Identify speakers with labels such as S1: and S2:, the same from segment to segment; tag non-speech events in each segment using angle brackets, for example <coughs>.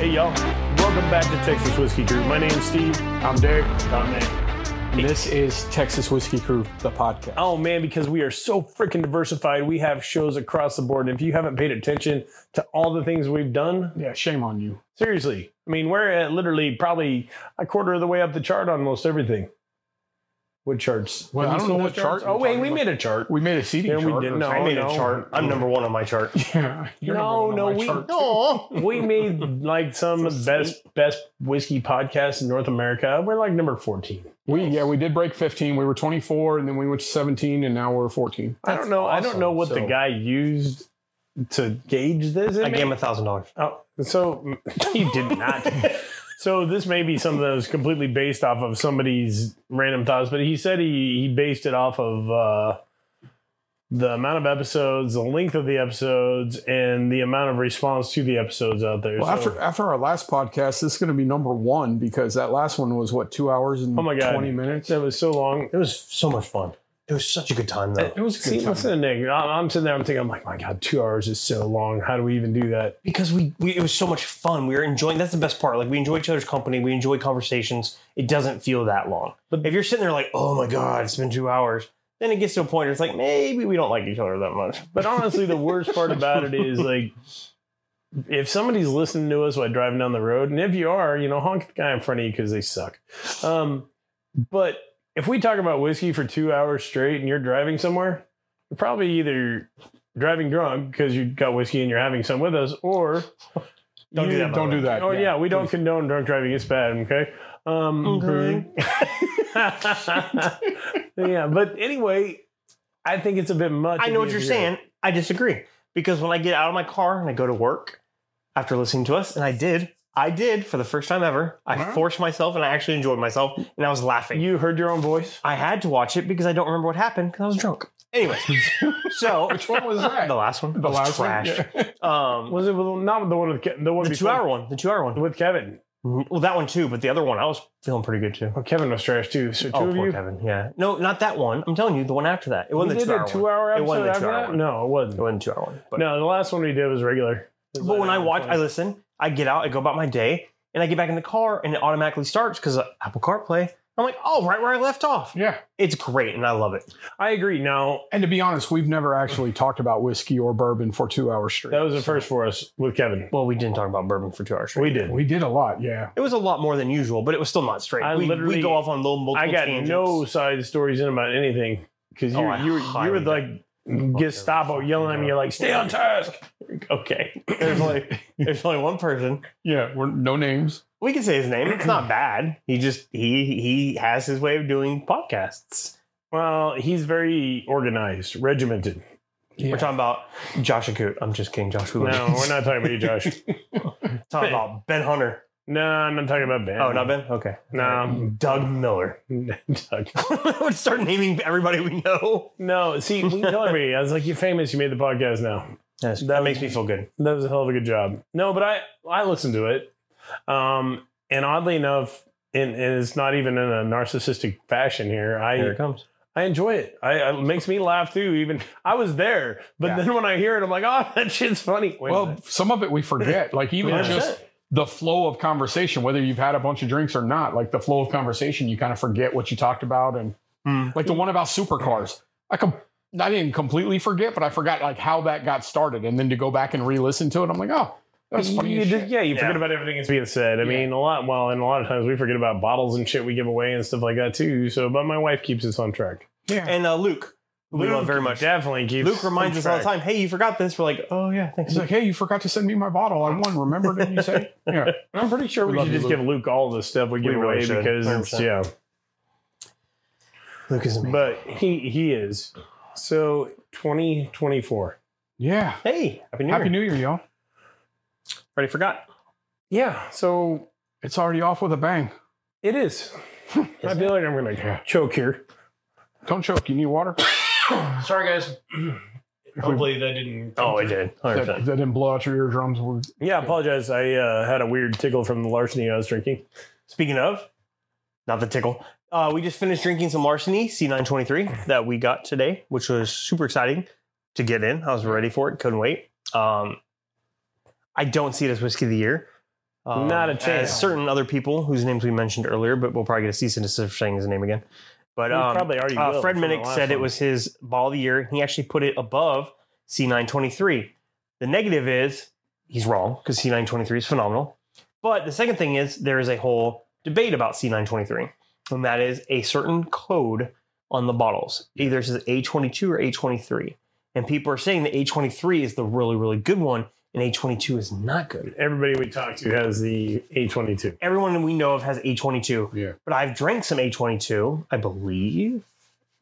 S1: y'all. Welcome back to Texas Whiskey Crew. My name's Steve.
S2: I'm Derek.
S1: I'm Nick.
S2: This is Texas Whiskey Crew, the podcast.
S1: Oh man, because we are so freaking diversified. We have shows across the board. And if you haven't paid attention to all the things we've done,
S2: Yeah, shame on you.
S1: seriously, I mean, we're at literally probably a quarter of the way up the chart on most everything. What charts?
S2: Well, I
S1: Have you
S2: don't
S1: seen
S2: know
S1: those
S2: what
S1: charts?
S2: chart
S1: Oh
S2: you're
S1: wait,
S2: talking
S1: we
S2: about.
S1: made a chart.
S2: We made a seating
S1: Yeah, we
S2: chart.
S1: did. No,
S3: I made
S1: no.
S3: a chart. I'm number one on my chart.
S2: <laughs> Yeah, you're
S1: No,
S2: number one
S1: no,
S2: on my
S1: we
S2: chart.
S3: No.
S1: <laughs> we made like some
S3: So
S1: best best whiskey podcast in North America. We're like number fourteen.
S2: We yeah, we did break 15. We were 24, and then we went to 17, and now we're 14.
S1: I don't
S3: That's
S1: know. I don't know
S3: awesome.
S1: what the
S3: So-
S1: guy used to gauge this. It
S3: I
S1: may-
S3: gave him a thousand dollars.
S1: Oh,
S3: <laughs>
S1: so you did not. <laughs> so this may be something that was completely based off of somebody's random thoughts, but he said he he based it off of uh, the amount of episodes, the length of the episodes, and the amount of response to the episodes out there.
S2: Well,
S1: So-
S2: after after our last podcast, this is going to be number one because that last one was what two hours and
S1: Oh my God.
S2: 20 minutes.
S1: that was so long.
S3: It was so much fun. It was such a good time though.
S2: was
S1: See, listen to Nick. I'm I'm sitting there. I'm thinking, I'm like, my God, two hours is so long. How do we even do that?
S3: Because we, we it was so much fun. We were enjoying that's the best part. Like we enjoy each other's company, we enjoy conversations. It doesn't feel that long.
S1: But-
S3: But if you're sitting there like, oh my god, it's been two hours, then it gets to a point where it's like maybe we don't like each other that much.
S1: But honestly, the worst part about it is like, if somebody's listening to us while driving down the road, and if you are, you know, honk the guy in front of you because they suck. Um, but if we talk about whiskey for two hours straight and you're driving somewhere, you're probably either driving drunk because you got whiskey and you're having some with us, or
S3: Don't do
S1: you-
S3: that, by the
S2: Don't
S3: way.
S2: do that.
S1: Oh yeah, we don't condone drunk driving. It's bad. Okay. Um,
S3: Okay.
S1: <laughs> yeah, but anyway, I think it's a bit much.
S3: I
S1: if
S3: know
S1: you
S3: what you're
S1: agree.
S3: saying. I disagree. Because when I get out of my car and I go to work after listening to us, and I did, I did for the first time ever, I
S2: Wow.
S3: forced myself and I actually enjoyed myself and I was laughing.
S1: You heard your own voice.
S3: I had to watch it because I don't remember what happened because I was drunk. Anyway, so
S1: <laughs>
S2: Which one was that?
S3: the last one,
S2: <laughs> The
S3: was
S2: last one?
S3: trash.
S2: Yeah.
S3: Um,
S1: Was it with- not the one with Ke- the one
S3: the
S1: before,
S3: two-hour one, the two-hour one. Mm-hmm.
S1: with Kevin?
S3: Well, that one too, but the other one I was feeling pretty good too.
S1: Oh, Kevin was trash too. So two
S3: Oh,
S1: of
S3: poor
S1: you.
S3: Kevin. Yeah, no, not that one. I'm telling you, the one after that. It
S1: We
S3: wasn't the
S1: did
S3: two-hour
S1: a two-hour
S3: one. It
S1: episode
S3: wasn't the
S1: after
S3: two-hour
S1: that.
S3: one.
S1: No, it
S3: It
S1: wasn't.
S3: wasn't the two-hour one. But,
S1: No, the last one we did was regular. It was
S3: but
S1: like
S3: when I
S1: hour
S3: watch,
S1: 20.
S3: I listen. I get out. I go about my day, and I get back in the car, and it automatically starts because Apple CarPlay. I'm like, oh, right where I left off.
S2: yeah.
S3: It's great, and I love it.
S1: I agree. Now
S2: And to be honest, we've never actually talked about whiskey or bourbon for two hours straight.
S1: that was the first for us with Kevin.
S3: Well, we didn't talk about bourbon for two hours. straight.
S1: We did.
S2: we did a lot, yeah.
S3: It was a lot more than usual, but it was still not straight.
S1: I
S3: we,
S1: literally-
S3: we go off on low multiple
S1: I got
S3: tangents.
S1: no side stories in about anything because you
S3: Oh, I
S1: you were, you were
S3: highly
S1: like Gestapo yelling at me. You're like, stay on task.
S3: <laughs>
S1: Okay.
S3: There's only there's only one person.
S2: Yeah, we're no names.
S3: We can say his name. It's not bad. He just he he has his way of doing podcasts.
S1: Well, he's very organized, regimented.
S2: Yeah.
S3: We're talking about Josh Akut. I'm just kidding, Josh.
S1: No,
S3: We're
S1: we're not talking about you,
S3: <laughs>
S1: Josh.
S3: talking <laughs> about Ben Hunter.
S1: No, I'm not talking about Ben.
S3: Oh, not Ben. Okay.
S1: No.
S3: Doug Miller. <laughs>
S1: Doug.
S3: Let's start naming everybody we know.
S1: <laughs> No, see, we tell everybody. I was like, "You're famous. You made the podcast now.
S3: that makes me feel good.
S1: That was a hell of a good job." No, but I I listened to it, um, and oddly enough, and, and it's not even in a narcissistic fashion here.
S3: Here it
S1: I
S3: comes.
S1: I enjoy it. I it makes me laugh too. Even I was there, but
S3: Yeah.
S1: then when I hear it, I'm like, "Oh, <laughs> that shit's funny." Wait a
S2: well,
S1: minute.
S2: some of it
S1: <laughs>
S2: we forget. Like even
S1: Yeah.
S2: just the flow of conversation, whether you've had a bunch of drinks or not, like the flow of conversation, you kind of forget what you talked about. And
S1: Hmm.
S3: Mm.
S2: like the one about supercars, I com- I didn't completely forget, but I forgot like how that got started. And then to go back and re-listen to it, I'm like, oh, that's funny.
S1: You
S2: as
S1: just-
S2: shit.
S1: yeah, you forget
S3: Yeah.
S1: about everything that's being said. I
S2: Yeah.
S1: mean, a lot. Well, and a lot of times we forget about bottles and shit we give away and stuff like that too. So, but my wife keeps us on track.
S2: yeah.
S3: And uh, Luke, who we love very much.
S1: Definitely keeps
S3: Luke reminds us all the time. Hey, you forgot this. We're like, oh yeah, thanks.
S2: He's like, hey, you forgot to send me my bottle. I won. Remember? Didn't
S1: <laughs>
S2: you say? Yeah.
S1: I'm pretty sure we,
S2: We love
S1: should
S2: you,
S1: just
S2: Luke.
S1: give Luke all the stuff we give
S3: really
S1: away
S3: should,
S1: because it's,
S3: 100%.
S1: yeah,
S3: Luke is amazing.
S1: but he he is. So 2024.
S2: Yeah.
S3: hey, happy new
S2: Happy
S3: year.
S2: New Year, y'all.
S3: Already forgot.
S1: Yeah, so
S2: It's already off with a bang.
S1: it <laughs> is. I feel like I'm gonna choke here.
S2: Don't choke. You
S1: <coughs>
S2: need water?
S3: Sorry, guys.
S1: Hopefully that <laughs> didn't.
S3: Oh, I did.
S2: That,
S3: 100%.
S2: that didn't blow out your eardrums. We're-
S1: yeah. I Apologize. I uh, had a weird tickle from the larceny I was drinking.
S3: Speaking of, not the tickle. Uh, we just finished drinking some Larceny C923 that we got today, which was super exciting to get in. I was ready for it, couldn't wait. Um, I don't see it as whiskey of the year.
S1: Not a chance.
S3: As certain other people whose names we mentioned earlier, but we'll probably get a cease and desist for saying his name again. But
S1: We
S3: um,
S1: probably already
S3: uh,
S1: will
S3: Fred
S1: from the
S3: Minnick
S1: last
S3: said it
S1: one.
S3: was his ball of the year. He actually put it above C923. The negative is he's wrong because C923 is phenomenal. But the second thing is there is a whole debate about C923, and that is a certain code on the bottles. Either it says A22 or A23. And people are saying that A23 is the really, really good one, and A22 is not good.
S1: Everybody we talk to has the A22.
S3: Everyone we know of has A22
S2: Yeah.
S3: but I've drank some A22, I believe.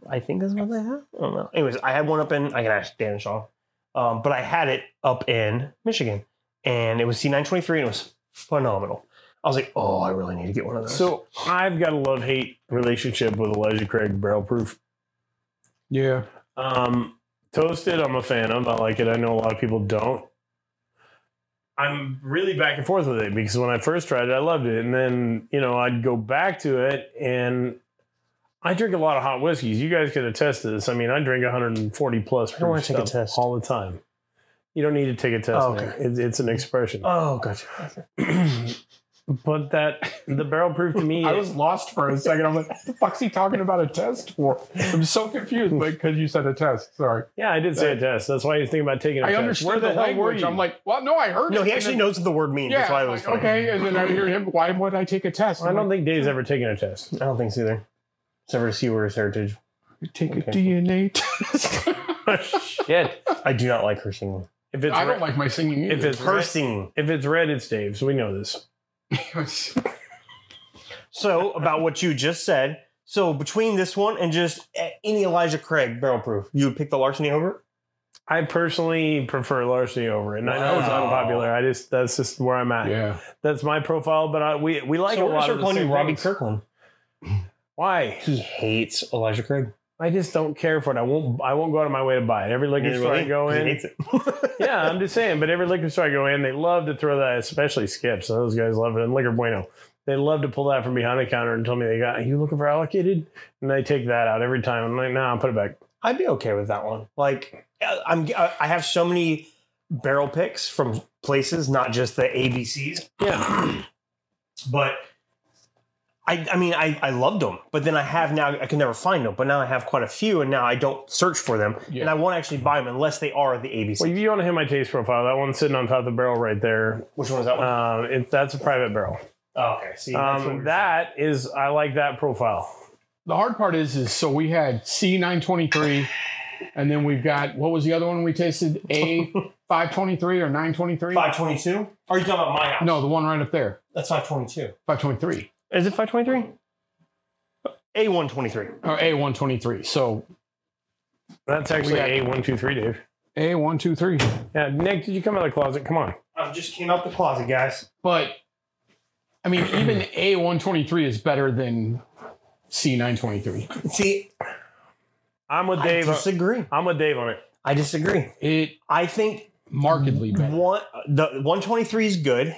S3: I think that's what they have. I don't know. Anyways, I had one up in, I can ask Dan and Sean, um, but I had it up in Michigan and it was C923 and it was phenomenal. I was like, oh, I really need to get one of those.
S1: So I've got a love hate relationship with Elijah Craig Barrel Proof.
S2: Yeah.
S1: Um, toasted, I'm a fan of. I like it. I know a lot of people don't. I'm really back and forth with it because when I first tried it, I loved it. And then, you know, I'd go back to it and I drink a lot of hot whiskeys. You guys can attest to this. I mean, I drink 140 plus
S3: I don't wanna
S1: proof
S3: take a
S1: stuff
S3: test.
S1: all the time. You don't need to take a test.
S3: Oh,
S1: man.
S3: okay.
S1: It's- it's an expression.
S3: oh, gotcha.
S1: <clears throat> but that, the barrel proof to me,
S2: I was lost for a second. I'm like, what the fuck's he talking about a test for? I'm so confused because you said a test. Sorry.
S1: yeah, I did say a test. That's why you think about taking a
S2: I
S1: test.
S2: understood
S1: Where the, hell were
S2: language.
S1: you?
S2: I'm like, well, no, I heard
S3: No,
S2: it.
S3: he
S2: And
S3: actually
S2: then-
S3: knows what the word means.
S2: Yeah,
S3: That's why it
S2: I'm
S3: was
S2: like,
S3: funny.
S2: okay. And then I hear him, why would I take a test?
S1: I don't think Dave's ever taken a test.
S3: I don't think so either. Except for Seawarder's Heritage.
S2: think take
S3: Okay.
S2: a
S3: <laughs>
S2: DNA test.
S1: Shit.
S3: I do not like her singing.
S1: If it's
S2: I
S1: re-
S2: don't like my singing
S1: if
S2: either.
S1: it's
S3: Her
S1: red,
S2: <laughs>
S3: singing.
S1: if it's red, it's Dave's. We know this.
S3: So, about what you just said. So, between this one and just eh, any Elijah Craig barrel proof, you would pick the larceny over? it?
S1: I personally prefer larceny over it, and I know it's
S2: Wow.
S1: unpopular. I just that's just where
S3: Ah.
S1: I'm at.
S2: yeah.
S1: That's my profile, but I, we we like
S3: so
S1: a
S3: we're
S1: lot
S3: gonna
S1: of
S3: start
S1: the
S3: calling
S1: same
S3: you Robbie
S1: things.
S3: Kirkland.
S1: Why?
S3: He hates Elijah Craig.
S1: I just don't care for it. I won't. I won't go out of my way to buy it. Every liquor store I go
S2: <laughs>
S3: He
S1: in,
S3: hates it. <laughs>
S1: yeah, I'm just saying. But every liquor store I go in, they love to throw that, especially Skips. Those guys love it. And Liquor Bueno, they love to pull that from behind the counter and tell me they got. Are you looking for allocated? And they take that out every time. I'm like, nah, I'll put it back.
S3: I'd be okay with that one. Like I- I'm, I have so many barrel picks from places, not just the ABCs. Yeah, but I, I mean, I, I loved them, but then I have now I can never find them. But now I have quite a few, and now I don't search for them,
S2: Yeah.
S3: and I won't actually buy them unless they are the ABC.
S1: Well, if you want to hit my taste profile, that one's sitting on top of the barrel right there.
S3: Which one is that one?
S1: Um, it, that's a private barrel.
S3: oh, okay, see that's what we
S1: Um,
S3: were
S1: that is, I like that profile.
S2: The hard part is, is so we had C923, and then we've got, what was the other one we tasted? A523 or 923?
S3: saying. 522. Are you talking about my house?
S2: No, the one right up there.
S3: that's 522.
S2: 523
S3: Is it 523? A123.
S2: or A123. So
S1: That's actually
S2: got-
S1: a one two three, Dave.
S2: A123.
S1: Yeah, Nick, did you come out of the closet? Come on.
S3: I just came out the closet, guys.
S2: But I mean,
S1: <clears throat>
S2: even A123 is better than C923.
S3: See,
S1: I'm with
S3: I
S1: Dave. uh,
S3: disagree.
S1: I'm with Dave on it.
S3: I disagree.
S2: It
S3: I think
S2: markedly better.
S3: one the 123 is good.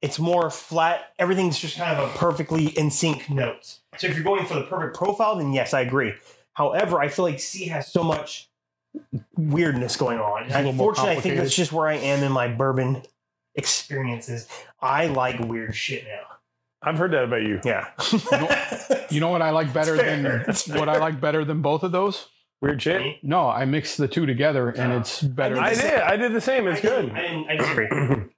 S3: It's more flat. Everything's just kind of a perfectly in sync notes. So if you're going for the perfect profile, then yes, I agree. However, I feel like C has so much weirdness going on.
S2: It's a little more
S3: Unfortunately, I think
S2: complicated.
S3: that's just where I am in my bourbon experiences. I like weird shit now.
S1: I've heard that about you.
S3: <laughs> Yeah.
S2: You know what I like better than
S3: fair. That's
S2: what I like better than both of those?
S1: Weird shit.
S2: No, I mixed the two together and it's better.
S1: I did. I did the same. It's
S3: I didn't-
S1: good.
S3: I, didn't, I disagree.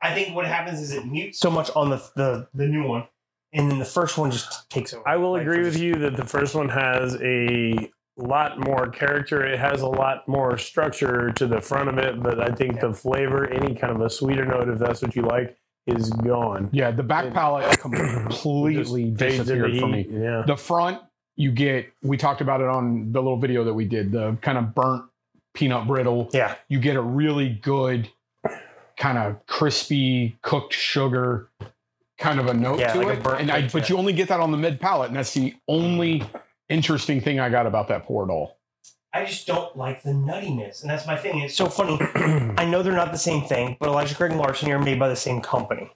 S3: I think what happens is it mutes so much on the, the the new one, and then the first one just takes over.
S1: I will
S3: Like,
S1: agree
S3: for
S1: with
S3: just-
S1: you that the first one has a lot more character. It has a lot more structure to the front of it, but I think the flavor, any kind of a sweeter note, if that's what you like, is gone.
S2: Yeah, the back palate completely
S1: It just fades
S2: disappeared
S1: into
S2: for
S1: heat.
S2: me.
S1: Yeah.
S2: The front, you get, we talked about it on the little video that we did, the kind of burnt peanut brittle.
S3: Yeah,
S2: You get a really good, kind of crispy cooked sugar kind of a note
S3: Yeah,
S2: to
S3: like a
S2: it.
S3: burnt
S2: And I,
S3: cooked,
S2: but
S3: yeah.
S2: you only get that on the mid palate. And that's the only interesting thing I got about that pour at all.
S3: I just don't like the nuttiness, and that's my thing. It's so funny.
S1: <clears throat>
S3: I know they're not the same thing, but Elijah Craig and Larson are made by the same company,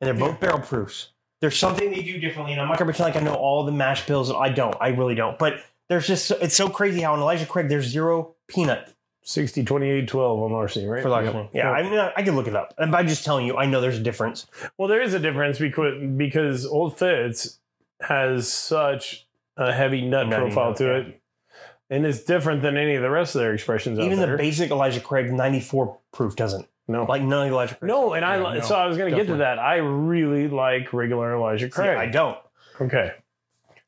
S3: and they're both barrel proofs. There's something they do differently, and I'm not gonna pretend like I know all the mash bills. I don't. I really don't. But there's just it's so crazy how in Elijah Craig there's zero peanut
S1: 60, 28, 12 on larceny, right?
S3: for larceny. Yeah, I mean, I, I can look it up. And by just telling you, I know there's a difference.
S1: Well, there is a difference because because Old Fitz has such a heavy nut
S3: Nutty
S1: profile
S3: nut,
S1: to
S3: yeah.
S1: it, and it's different than any of the rest of their expressions.
S3: Even
S1: out
S3: the
S1: there.
S3: basic Elijah Craig 94 proof doesn't.
S1: no,
S3: Like none of the Elijah Craig.
S1: no, and I
S2: Yeah,
S1: li-
S2: no,
S1: so I was going to get to
S2: definitely.
S1: that. I really like regular Elijah
S3: See, I
S1: Craig.
S3: don't.
S1: okay,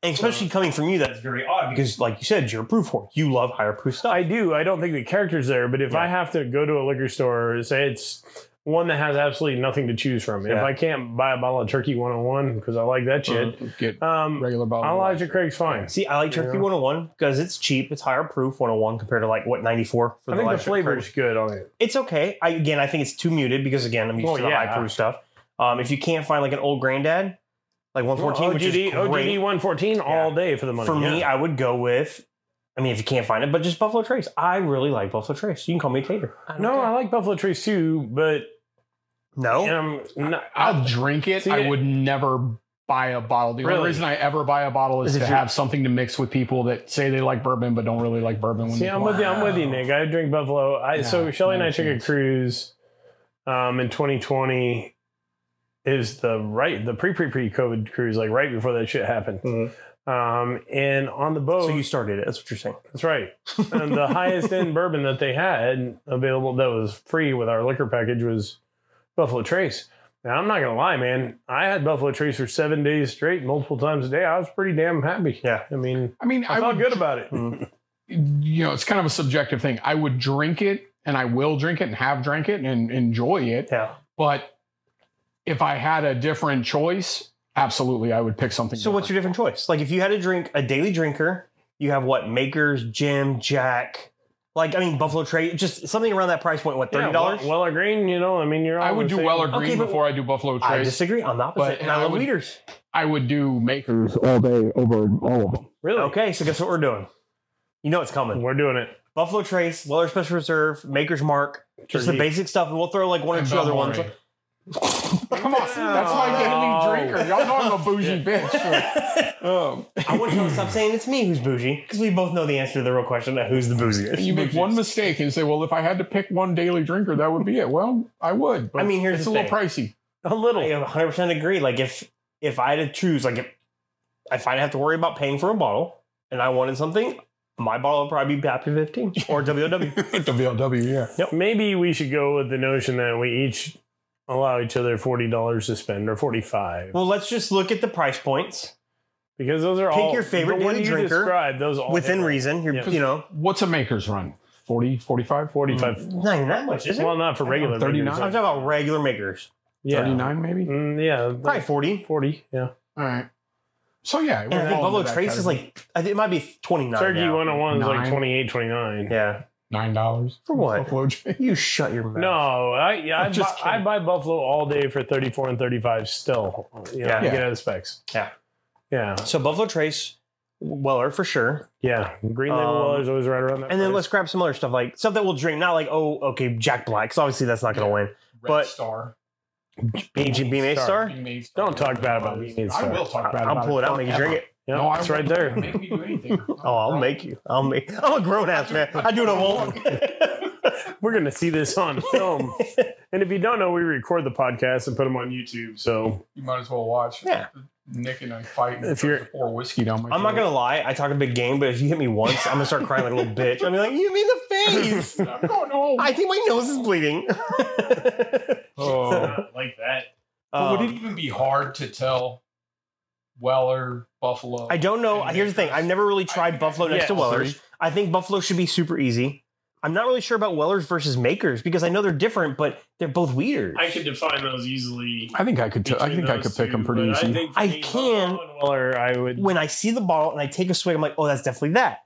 S3: And especially coming from you, that's very odd because, like you said, you're a proof whore. You love higher proof stuff.
S1: I do. I don't think the character's there, but if
S3: Yeah.
S1: I have to go to a liquor store, or say it's one that has absolutely nothing to choose from. If
S3: Yeah.
S1: I can't buy a bottle of Turkey 101 because I like that shit,
S2: Uh,
S3: Uh-huh.
S2: Get
S1: um,
S2: regular bottle. of
S1: Elijah Craig's fine.
S3: See, I like Turkey
S1: Yeah.
S3: 101 because it's cheap. It's higher proof 101 compared to like what 94 for
S1: I
S3: the
S1: think the
S3: Elijah Craig.
S1: flavor's good on it.
S3: It's okay. I, again, I think it's too muted because again, I'm used
S1: Well,
S3: to the
S1: yeah.
S3: high proof stuff. Um, if you can't find like an old granddad, like 114, which
S1: OGD,
S3: is great.
S1: OGD 114 all day for the money.
S3: for me,
S1: yeah.
S3: I would go with. I mean, if you can't find it, but just Buffalo Trace. I really like Buffalo Trace. You can call me a tater.
S1: no, I like Buffalo Trace too, but
S3: No,
S1: um, no,
S2: I'll drink it.
S1: See,
S2: I
S1: it-
S2: would never buy a bottle. The
S1: Really?
S2: only reason I ever buy a bottle is,
S3: Is if
S2: to
S3: you're-
S2: have something to mix with people that say they like bourbon but don't really like bourbon. When
S1: see,
S2: they
S1: I'm
S2: go
S1: with you.
S2: out.
S1: I'm with you, Nick. I drink Buffalo. I
S2: Yeah,
S1: so Shelly and I
S2: no
S1: took a
S2: chance.
S1: cruise, um, in 2020. Is the right the pre pre pre COVID cruise like right before that shit happened?
S3: Mhm.
S1: Um, and on the boat,
S3: so you started it. That's what you're saying.
S1: that's right. And the highest
S3: <laughs>
S1: end bourbon that they had available that was free with our liquor package was Buffalo Trace. Now I'm not gonna lie, man. I had Buffalo Trace for seven days straight, multiple times a day. I was pretty damn happy.
S3: Yeah.
S1: I mean,
S2: I mean,
S1: I,
S2: I,
S1: felt
S2: would,
S1: good about it.
S3: Mhm.
S2: you know, it's kind of a subjective thing. I would drink it, and I will drink it, and have drank it, and enjoy it.
S3: Yeah.
S2: But if I had a different choice, absolutely, I would pick something.
S3: So what's your different choice? Like if you had to drink a daily drinker, you have what Makers, Jim, Jack, like I mean Buffalo Trace, just something around that price point. What
S1: Yeah,
S3: thirty dollars?
S1: Well- Weller Green, you know, I mean, you're. all
S2: I would
S1: the
S2: do
S1: same-
S2: Weller Green
S3: Okay, but-
S2: before I do Buffalo
S3: I
S2: Trace.
S3: disagree. I'm the opposite.
S2: But-
S3: and I
S2: I
S3: love
S2: would-
S3: leaders.
S2: I would do Makers all day over all of them.
S1: Really?
S3: Okay, so guess what we're doing? You know it's coming.
S1: We're doing it.
S3: Buffalo Trace, Weller Special Reserve, Maker's Mark, just the
S1: Turkey.
S3: basic stuff. And we'll throw like one or
S2: And
S3: two other
S2: Balmoral.
S3: <laughs> ones.
S2: Come on, that's
S1: No.
S2: my daily drinker. Y'all know I'm a bougie
S3: <laughs>
S2: bitch. Um,
S3: I want you to stop saying it's me who's bougie because we both know the answer to the real question of who's the bougiest.
S2: you make one mistake and say, "Well, if I had to pick one daily drinker, that would be it." Well, I would. But
S3: I mean, here's
S2: it's
S3: the
S2: a
S3: thing.
S2: little pricey.
S1: A little.
S3: I 100 percent agree. Like if if I had to choose, like if, if I didn't have to worry about paying for a bottle and I wanted something, my bottle would probably be Happy 15 <laughs> or WOW.
S2: the VLW, yeah.
S1: Maybe we should go with the notion that we each allow each other forty dollars to spend or forty five
S3: well, let's just look at the price points
S1: because those are
S3: Pick
S1: all
S3: your favorite
S1: the one
S3: daily
S1: you
S3: drinker
S1: described. Those all
S3: within
S1: hit right.
S3: reason. You're,
S1: Yeah.
S3: you know,
S2: What's a maker's run? 40, 45,
S1: 45.
S3: not even that much, is it?
S1: Well, not for regular.
S2: 39?
S3: I'm
S1: readers.
S3: talking about regular makers,
S1: Yeah.
S2: 39 maybe?
S1: Mm, yeah.
S3: probably 40.
S1: 40. Yeah.
S2: All right. So yeah,
S3: And I think Buffalo Trace is like, I think it might be 29.
S1: Turkey
S3: now.
S1: 101 is like
S2: Nine.
S1: 28, 29.
S3: Yeah.
S2: nine dollars
S3: For what?
S2: Buffalo Trace.
S3: You shut your mouth.
S1: No, I yeah, I,
S2: I'm just
S1: buy, I
S2: kidding.
S1: buy Buffalo all day for 34 and 35 still. You know,
S3: Yeah.
S1: Get out of specs.
S3: Yeah.
S1: Yeah.
S3: So Buffalo Trace, Weller for sure.
S1: Yeah. Green Label
S3: Um,
S1: Weller's always right around that.
S3: And then
S1: price.
S3: let's grab some other stuff, like stuff that we'll drink. Not like, oh, okay, Jack Black, 'cause obviously that's not going to win.
S2: Red
S3: But-
S2: Star.
S3: BG Beam A Star?
S1: Don't talk bad about Bean Maid Star.
S2: I will talk bad
S3: I-
S2: about
S3: I'll pull it out,
S2: forever.
S3: make you drink it.
S1: Yep,
S2: No, I
S1: it's
S2: won't.
S1: right there.
S2: Make me do anything.
S3: <laughs> Oh, I'll make you. I'll make. <laughs> I'm a grown ass man. I do what I want.
S1: <laughs> We're going to see this on
S3: <laughs>
S1: film. and if you don't know, we record the podcast and put them on YouTube. So
S2: You might as well watch.
S3: Yeah.
S2: Nick and I fight.
S1: If you're-
S2: pour whiskey down my.
S3: I'm not gonna lie. I talk a big game, but if you hit me once, I'm gonna start crying like a little bitch. I'm like, you mean the face? <laughs>
S2: gonna. <laughs> I'm going home.
S3: I think my nose is bleeding. <laughs>
S2: oh.
S1: like that.
S2: But would it
S3: Um,
S2: even be hard to tell Weller Buffalo?
S3: I don't know. Here's the thing. I've never really tried Buffalo next to
S1: Yeah.
S3: Weller's. I think Buffalo should be super easy. I'm not really sure about Weller's versus Makers because I know they're different, but they're both weirder.
S1: I could define those easily.
S2: I think I could. I think I could pick them pretty easy.
S3: I can-
S1: Weller, I would.
S3: when I see the bottle and I take a swig, I'm like, oh, that's definitely that.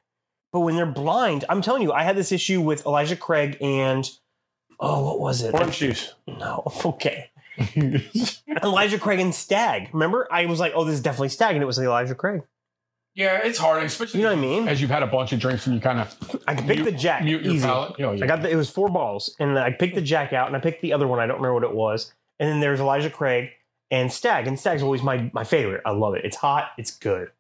S3: But when they're blind, I'm telling you, I had this issue with Elijah Craig and oh, what was it?
S1: Orange juice. <laughs>
S3: No, <laughs> okay. Elijah Craig and Stag. Remember, I was like, oh, this is definitely Stag, and it was Elijah Craig.
S2: yeah, it's hard, especially
S3: You know what I mean?
S2: as you've had a bunch of drinks and you kind of
S3: I could pick the Jack
S2: mute your
S3: easy.
S2: palate. Oh, You know,
S3: I got the, it was four balls, and I picked the Jack out, and I picked the other one. I don't remember what it was. And then there's Elijah Craig and Stag, and Stag's always my my favorite. I love it. It's hot. It's good.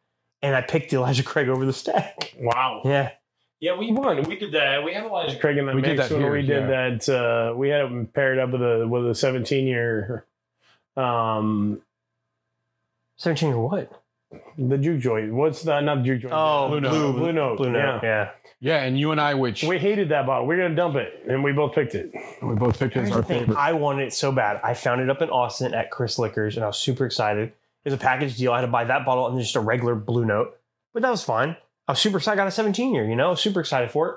S3: And I picked Elijah Craig over the Stag.
S1: Wow.
S3: <laughs> Yeah.
S1: Yeah, we won. We did that. We had Elijah Craig in the
S2: We
S1: mix
S2: did that
S1: when
S2: here,
S1: we did that. Uh, we had him paired up with a with a 17 year, um,
S3: 17 year what?
S1: the juke joint. What's that? Not juke joint.
S3: Oh,
S1: blue,
S2: Blue Note.
S1: blue, blue note.
S3: Blue Note.
S1: Yeah.
S3: Yeah.
S2: Yeah, and you and I, which
S1: We hated that bottle. We are gonna dump it, and we both picked it.
S2: we both picked
S3: Here's
S2: as
S3: the
S2: our
S3: thing.
S2: favorite.
S3: I wanted it so bad. I found it up in Austin at Chris Liquors, and I was super excited. It was a package deal. I had to buy that bottle and just a regular Blue Note, but that was fine. I was super excited. I got a 17 year, you know, super excited for it.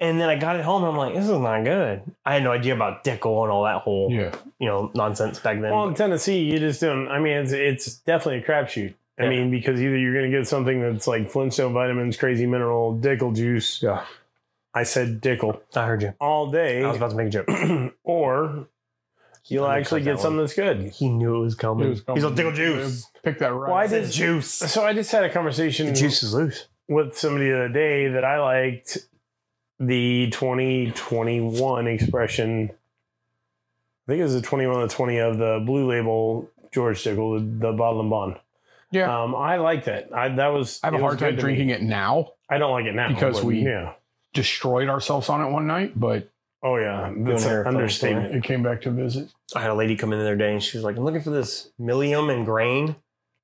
S3: And then I got it home, and I'm like, this is not good. I had no idea about Dickel and all that whole,
S2: Yeah,
S3: you know, nonsense back then.
S1: Well, in Tennessee, you just don't. I mean, it's it's definitely a crapshoot. I
S3: Yeah.
S1: mean, because either you're gonna get something that's like Flintstone vitamins, crazy mineral, Dickel juice.
S2: Yeah.
S1: I said Dickel
S3: I heard you.
S1: all day,
S3: I was about to make
S2: <clears throat>
S3: a joke.
S1: <clears throat> or you'll
S3: I'm gonna
S1: actually
S3: cut
S1: get
S3: that
S1: something that's good.
S3: He knew it was coming.
S2: It was
S3: He's
S2: coming.
S3: like, Dickel juice.
S2: pick that right.
S1: Why
S3: I said
S1: did
S2: <laughs>
S3: juice.
S1: So I just had a conversation
S3: The juice is loose.
S1: with somebody the other day that I liked the 2021 expression. I think it was the 21 of the 20 of the blue label George Dickel, the, the bottle and bond.
S2: Yeah.
S1: Um, I like that. I that was
S2: I have a
S1: it
S2: hard
S1: was good
S2: time
S1: to
S2: drinking
S1: me.
S2: it now.
S1: I don't like it now.
S2: because
S1: but
S2: we-
S1: Yeah.
S2: Destroyed ourselves on it one night, but
S1: Oh yeah. That's
S3: Doing hair
S1: an
S3: follicle.
S1: understatement.
S2: it came back to visit.
S3: I had a lady come in the other day and she was like, I'm looking for this Millium and Grain.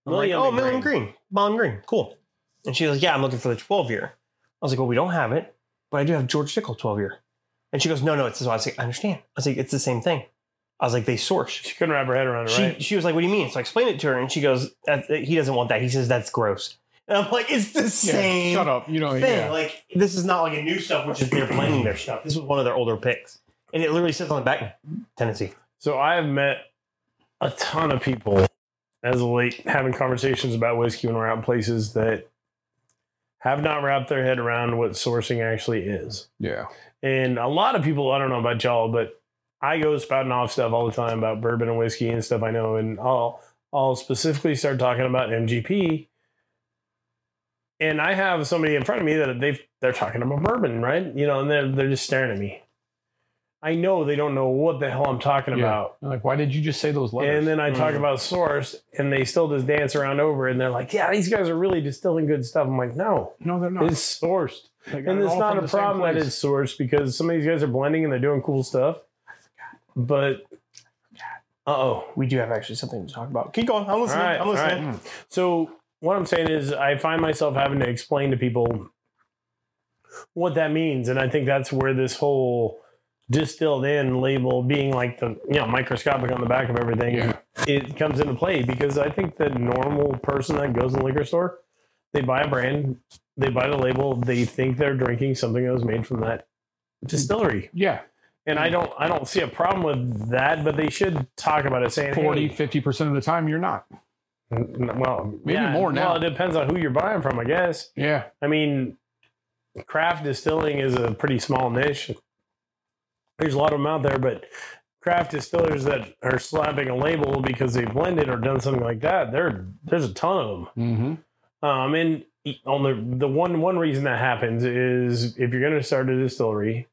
S3: I'm like,
S1: Millium
S3: oh,
S1: and
S3: Millium Green. Milliam Green. Cool. And she goes, yeah, I'm looking for the 12 year. I was like, well, we don't have it, but I do have George Dickel 12 year. And she goes, no, no, it's this one. I was like, I understand. I was like, it's the same thing. I was like, they source.
S1: She couldn't wrap her head around it,
S3: She,
S1: right?
S3: she was like, what do you mean? So I explained it to her and she goes, that, that- he doesn't want that. He says, that's gross. And I'm like, it's the
S2: Yeah,
S3: same
S2: Shut up. You know.
S3: thing.
S2: Yeah.
S3: Like, this is not like a new stuff, which is they're playing their stuff. This was one of their older picks. And it literally says on the back, Tennessee.
S1: So I have met a ton of people as of late having conversations about whiskey when we're out in places that have not wrapped their head around what sourcing actually is.
S2: Yeah.
S1: And a lot of people, I don't know about y'all, but I go spouting off stuff all the time about bourbon and whiskey and stuff I know, and I'll I'll specifically start talking about MGP. And I have somebody in front of me that they've they're talking about bourbon, right? You know, and they're they're just staring at me. I know they don't know what the hell I'm talking
S2: Yeah.
S1: about.
S2: Like, why did you just say those letters?
S1: And then I talk
S3: Mm.
S1: about source, and they still just dance around over, it, and they're like, "Yeah, these guys are really distilling good stuff." I'm like, "No,
S2: no, they're not.
S1: it's sourced,
S2: They got
S1: and
S2: it
S1: it's
S2: all
S1: not
S2: from
S1: a
S2: the same
S1: problem that
S2: place.
S1: it's sourced because some of these guys are blending and they're doing cool stuff." But uh oh,
S3: we do have actually something to talk about. Keep going. I'm
S1: All right, all
S2: right.
S1: so what I'm saying is, I find myself having to explain to people what that means, and I think that's where this whole distilled in label being like the you know microscopic on the back of everything
S2: Yeah.
S1: it comes into play because I think the normal person that goes to the liquor store, they buy a brand, they buy the label, they think they're drinking something that was made from that distillery.
S2: Yeah.
S1: And I don't I don't see a problem with that, but they should talk about it saying
S2: 40,
S1: forty.
S2: 50% of the time, you're not.
S1: well
S2: Maybe more now.
S1: Well, it depends on who you're buying from, I guess.
S2: Yeah.
S1: I mean, craft distilling is a pretty small niche. There's a lot of them out there, but craft distillers that are slapping a label because they blended or done something like that, there there's a ton of them.
S2: Mm-hmm.
S1: Um, and on the the one one reason that happens is if you're going to start a distillery,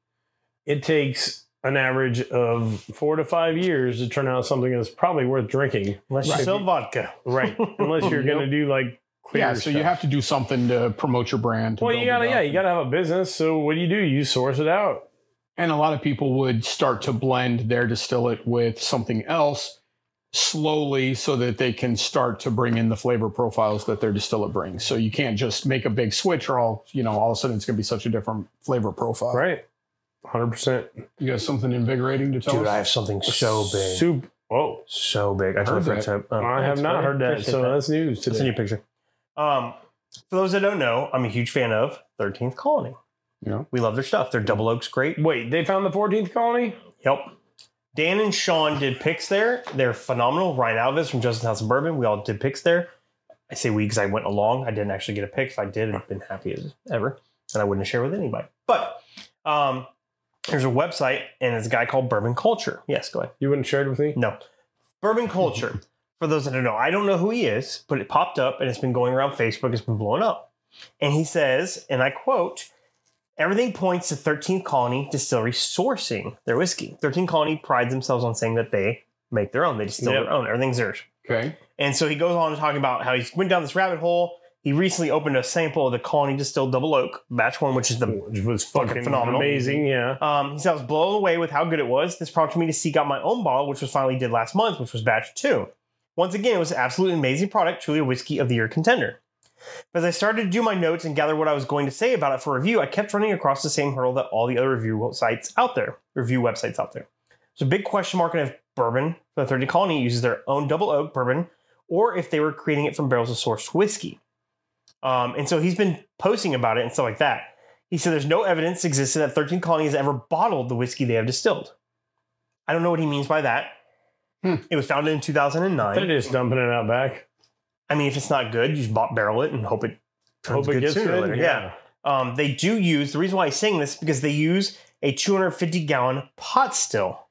S1: it takes an average of four to five years to turn out something that's probably worth drinking.
S3: Let's
S2: Right.
S3: sell vodka.
S1: Right, unless you're going to do like clear
S2: Yeah. So you
S1: stuff.
S2: have to do something to promote your brand. to
S1: Well,
S2: build
S1: you
S2: it
S1: gotta,
S2: up.
S1: yeah, you gotta have a business. So what do you do? You source it out.
S2: And a lot of people would start to blend their distillate with something else slowly so that they can start to bring in the flavor profiles that their distillate brings. So you can't just make a big switch or all, you know, all of a sudden it's going to be such a different flavor profile.
S1: Right. Hundred percent.
S2: You got something invigorating to tell
S3: Dude,
S2: us?
S3: I have something so big.
S1: Soup. Oh,
S3: So big. I told
S2: Heard
S3: friends that. Um,
S1: I have not heard that. So that's news
S3: It's in
S1: today.
S3: your picture. Um, for those that don't know, I'm a huge fan of 13th Colony.
S2: Yeah.
S3: We love their stuff. Their Double Oak's great.
S1: Wait, they found the fourteenth colony?
S3: Yep. Dan and Sean did picks there. They're phenomenal. Ryan Alves from Justin's House of Bourbon. We all did picks there. I say we because I went along. I didn't actually get a pick. If I did, I'd been happy as ever. And I wouldn't share with anybody. But um, there's a website and it's a guy called Bourbon Culture. Yes, go ahead.
S1: You wouldn't share it with me?
S3: No. Bourbon Culture. For those that don't know, I don't know who he is, but it popped up and it's been going around Facebook. It's been blowing up. And he says, and I quote, everything points to 13th Colony Distillery sourcing their whiskey. 13th Colony prides themselves on saying that they make their own, they distill
S1: Yep.
S3: their own, everything's theirs.
S2: okay.
S3: And so he goes on to talk about how he went down this rabbit hole He recently opened a sample of the Colony Distilled Double Oak Batch One, which is the
S1: which was
S3: Fucking
S1: fucking,
S3: phenomenal.
S1: amazing. Yeah,
S3: Um, he said, I was blown away with how good it was. This prompted me to seek out my own bottle, which was finally did last month, which was batch two. Once again, it was an absolutely amazing product, truly a whiskey of the year contender. But as I started to do my notes and gather what I was going to say about it for review, I kept running across the same hurdle that all the other review sites out there, review websites out there. So big question mark on if bourbon for the 30 colony uses their own double oak bourbon, or if they were creating it from barrels of sourced whiskey. Um, and so he's been posting about it and stuff like that. He said there's no evidence existed that 13 Colony has ever bottled the whiskey they have distilled. I don't know what he means by that.
S2: Hmm.
S3: It was founded in
S1: they're
S3: 2009.
S1: just dumping it out back.
S3: I mean, if it's not good, you just bot barrel it and hope it turns
S1: Hope it
S3: good
S1: gets
S3: sooner or
S1: good.
S3: later. Yeah. Um, they do use, the reason why I'm saying this is because they use a 250 gallon pot still.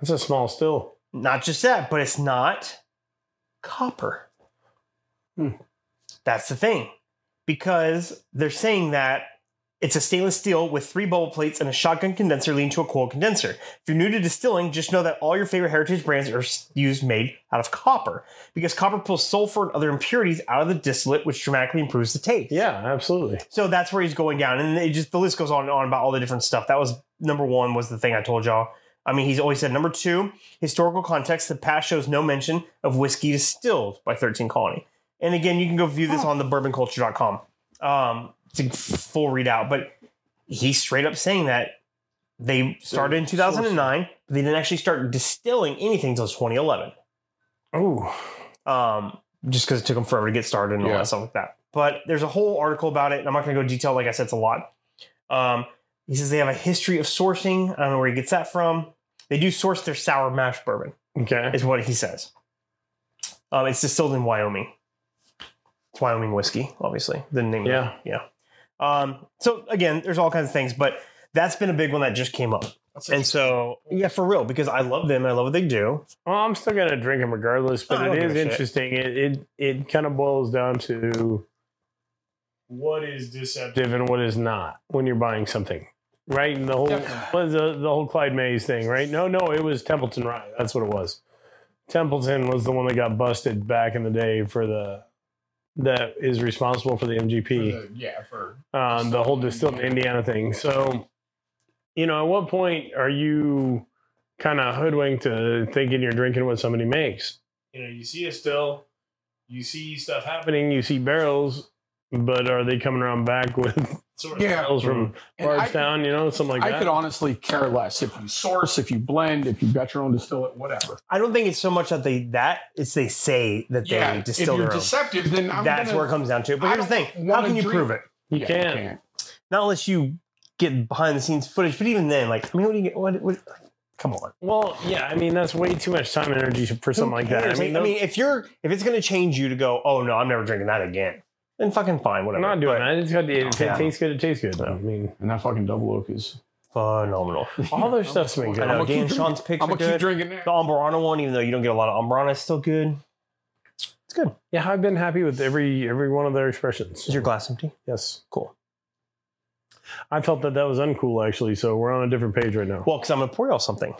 S1: that's a small still.
S3: Not just that, but it's not copper.
S2: Hmm.
S3: That's the thing. Because they're saying that it's a stainless steel with three bubble plates and a shotgun condenser leading to a coil condenser. If you're new to distilling, just know that all your favorite heritage brands are s- used made out of copper because copper pulls sulfur and other impurities out of the distillate, which dramatically improves the taste.
S1: Yeah, absolutely.
S3: So that's where he's going down, and it just the list goes on and on about all the different stuff. That was number one was the thing I told y'all. I mean, he's always said number two, historical context. The past shows no mention of whiskey distilled by Thirteen Colony. And again, you can go view this on the bourbonculture.com. Um, it's a full readout, but he's straight up saying that they started in 2009, but they didn't actually start distilling anything until 2011
S1: Oh,
S3: um, just because it took them forever to get started and all
S2: Yeah.
S3: that stuff like that. But there's a whole article about it, and I'm not going to go detail. Like I said, it's a lot. Um, he says they have a history of sourcing. I don't know where he gets that from. They do source their sour mash bourbon,
S1: okay.
S3: is what he says. Um, it's distilled in Wyoming. It's Wyoming whiskey, obviously. The name. of it.
S1: Yeah,
S3: Um, so again, there's all kinds of things, but that's been a big one that just came up. And so, yeah, for real, because I love them. I love what they do.
S1: well, I'm still gonna drink them regardless,
S3: I
S1: but
S3: don't
S1: it
S3: give
S1: is
S3: a shit.
S1: interesting. It it, it kind of boils down to what is deceptive and what is not when you're buying something, right? And the whole
S3: <sighs>
S2: Definitely.
S1: what is the the whole Clyde Mays thing, right? No, no, it was Templeton Rye. That's what it was. Templeton was the one that got busted back in the day for the that is responsible for the MGP
S2: For the- yeah, for
S1: um, the whole distilled in Indiana thing. So, you know, at what point are you kind of hoodwinked to thinking you're drinking what somebody makes? You know, you see a still, you see stuff happening, you see barrels, but are they coming around back with <laughs> sort of
S2: Yeah.
S1: barrels from
S2: And I-
S1: Bardstown, you know, something like
S2: I
S1: that?
S2: could honestly care less if you source, if you blend, if you've got your own distillate, whatever.
S3: I don't think it's so much that they that it's they say that they
S2: if
S3: distill
S2: you're
S3: their own.
S2: deceptive, then I'm
S3: That's
S2: gonna-
S3: where it comes down to. But
S2: I
S3: here's the
S2: don't
S3: thing: how
S2: wanna
S3: can you
S2: drink-
S3: prove it?
S1: you
S2: Yeah,
S1: can.
S3: Not unless you get behind the scenes footage. But even then, like, I mean, what do you get? What? what come on.
S1: Well, yeah, I mean, that's way too much time and energy for something like that. I mean,
S3: I mean, if you're if it's going to change you to go, oh no, I'm never drinking that again, then fucking fine,
S1: I'm
S3: whatever.
S1: not doing that. It's got, if
S3: Yeah.
S1: it tastes good, it tastes good. I
S2: <laughs>
S1: mean,
S2: And that fucking double oak is.
S3: Phenomenal.
S1: all their stuff's been
S3: I
S1: good.
S3: know.
S2: I'ma keep
S3: Again,
S2: drinking.
S3: Sean's picks
S2: I'm
S3: are
S2: gonna keep
S3: good.
S2: drinking that.
S3: The Umbrana one, even though you don't get a lot of Umbrana, it's still good. It's good.
S1: Yeah, I've been happy with every every one of their expressions.
S3: Is your glass empty?
S1: Yes.
S3: Cool.
S1: I felt that that was uncool actually, so we're on a different page right now.
S3: Well, because I'm gonna pour y'all something,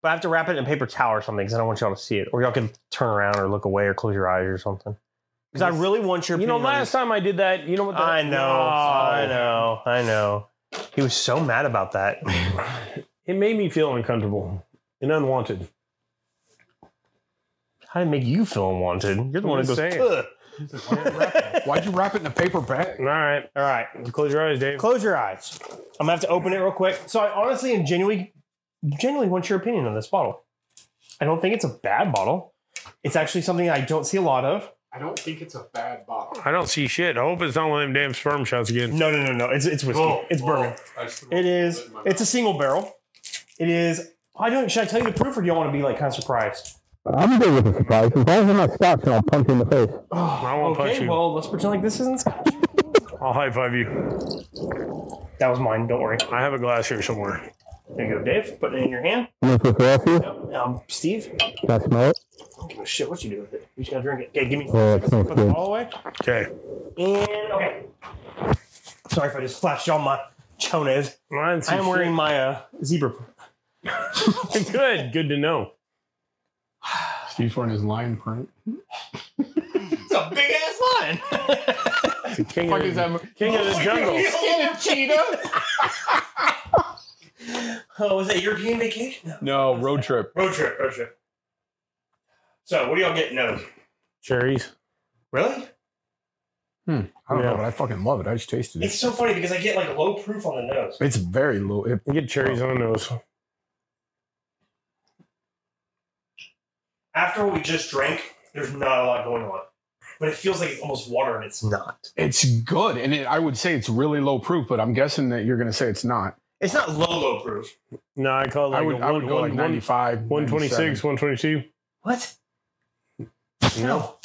S3: but I have to wrap it in a paper towel or something because I don't want y'all to see it, or y'all can turn around or look away or close your eyes or something. Because I really want your.
S1: you know,
S3: opinion on
S1: last time I did that, you know what?
S3: this.
S1: The, Oh,
S3: I know, I know, I know. He was so mad
S1: <laughs>
S3: about that.
S1: know. It made me feel uncomfortable and unwanted.
S3: How did it make you feel unwanted? You're the one who
S1: I'm
S3: goes.
S1: just
S3: "Ugh."
S2: Why'd you wrap it in a paper bag?
S1: All right,
S3: All right,
S1: close your eyes, Dave.
S3: close your eyes. I'm gonna have to open it real quick. So I honestly and genuinely, genuinely want your opinion on this bottle. I don't think it's a bad bottle. It's actually something I don't see a lot of.
S2: I don't think it's a bad bottle.
S1: I don't see shit. I hope it's not one of them damn sperm shots again.
S3: No, no, no, no. It's it's whiskey.
S2: Oh,
S3: it's bourbon. It is. It's a single barrel. It is. I don't. Should I tell you the proof, or do y'all want to be like kind of surprised?
S4: I'm good with a surprise. As long as I'm not scotch and I'll punch you in the face.
S1: I won't punch
S3: Okay.
S1: you.
S3: Well, let's pretend like this isn't. Scotch.
S1: I'll high five you.
S3: That was mine. Don't worry.
S1: I have a glass here somewhere.
S3: There you go, Dave. Put it in your hand.
S4: I'm not supposed to ask you.
S3: Um, Steve. I
S4: Can I smell it?
S3: don't give a shit what you do with it. You just gotta drink it. Okay, give me.
S4: Oh, it smells
S3: Put the
S4: good.
S3: ball away.
S1: Okay.
S3: And okay. Sorry if I just flashed y'all my chones.
S1: I didn't see
S3: I am
S1: shit.
S3: wearing my uh, zebra.
S1: <laughs> good. Good to know.
S2: Steve's wearing his lion print.
S3: a big ass lion. <laughs>
S1: It's the king,
S2: Fuck
S1: of,
S2: is that?
S1: the,
S2: mo-
S1: king of the jungle.
S2: Skin of cheetah?
S3: oh, was that European vacation? No.
S2: No, road trip.
S3: Road trip, road trip. So, what are y'all getting those?
S1: Cherries.
S3: Really?
S5: I don't
S1: Yeah.
S5: know, but I fucking love it. I just tasted
S3: It's
S5: it.
S3: so funny because I get like low proof on the nose.
S5: It's very low. It,
S1: You get cherries on the nose.
S3: After what we just drank, there's not a lot going on. But it feels like it's almost water and it's not.
S2: It's good, and it, I would say it's really low proof, but I'm guessing that you're going to say it's not.
S3: It's not low, low proof.
S1: No, I call it like
S2: I would,
S1: a
S2: I would
S1: one-
S2: go
S1: one-
S2: like
S1: one-
S2: 95,
S1: 126,
S2: 97.
S1: 122.
S3: What? No.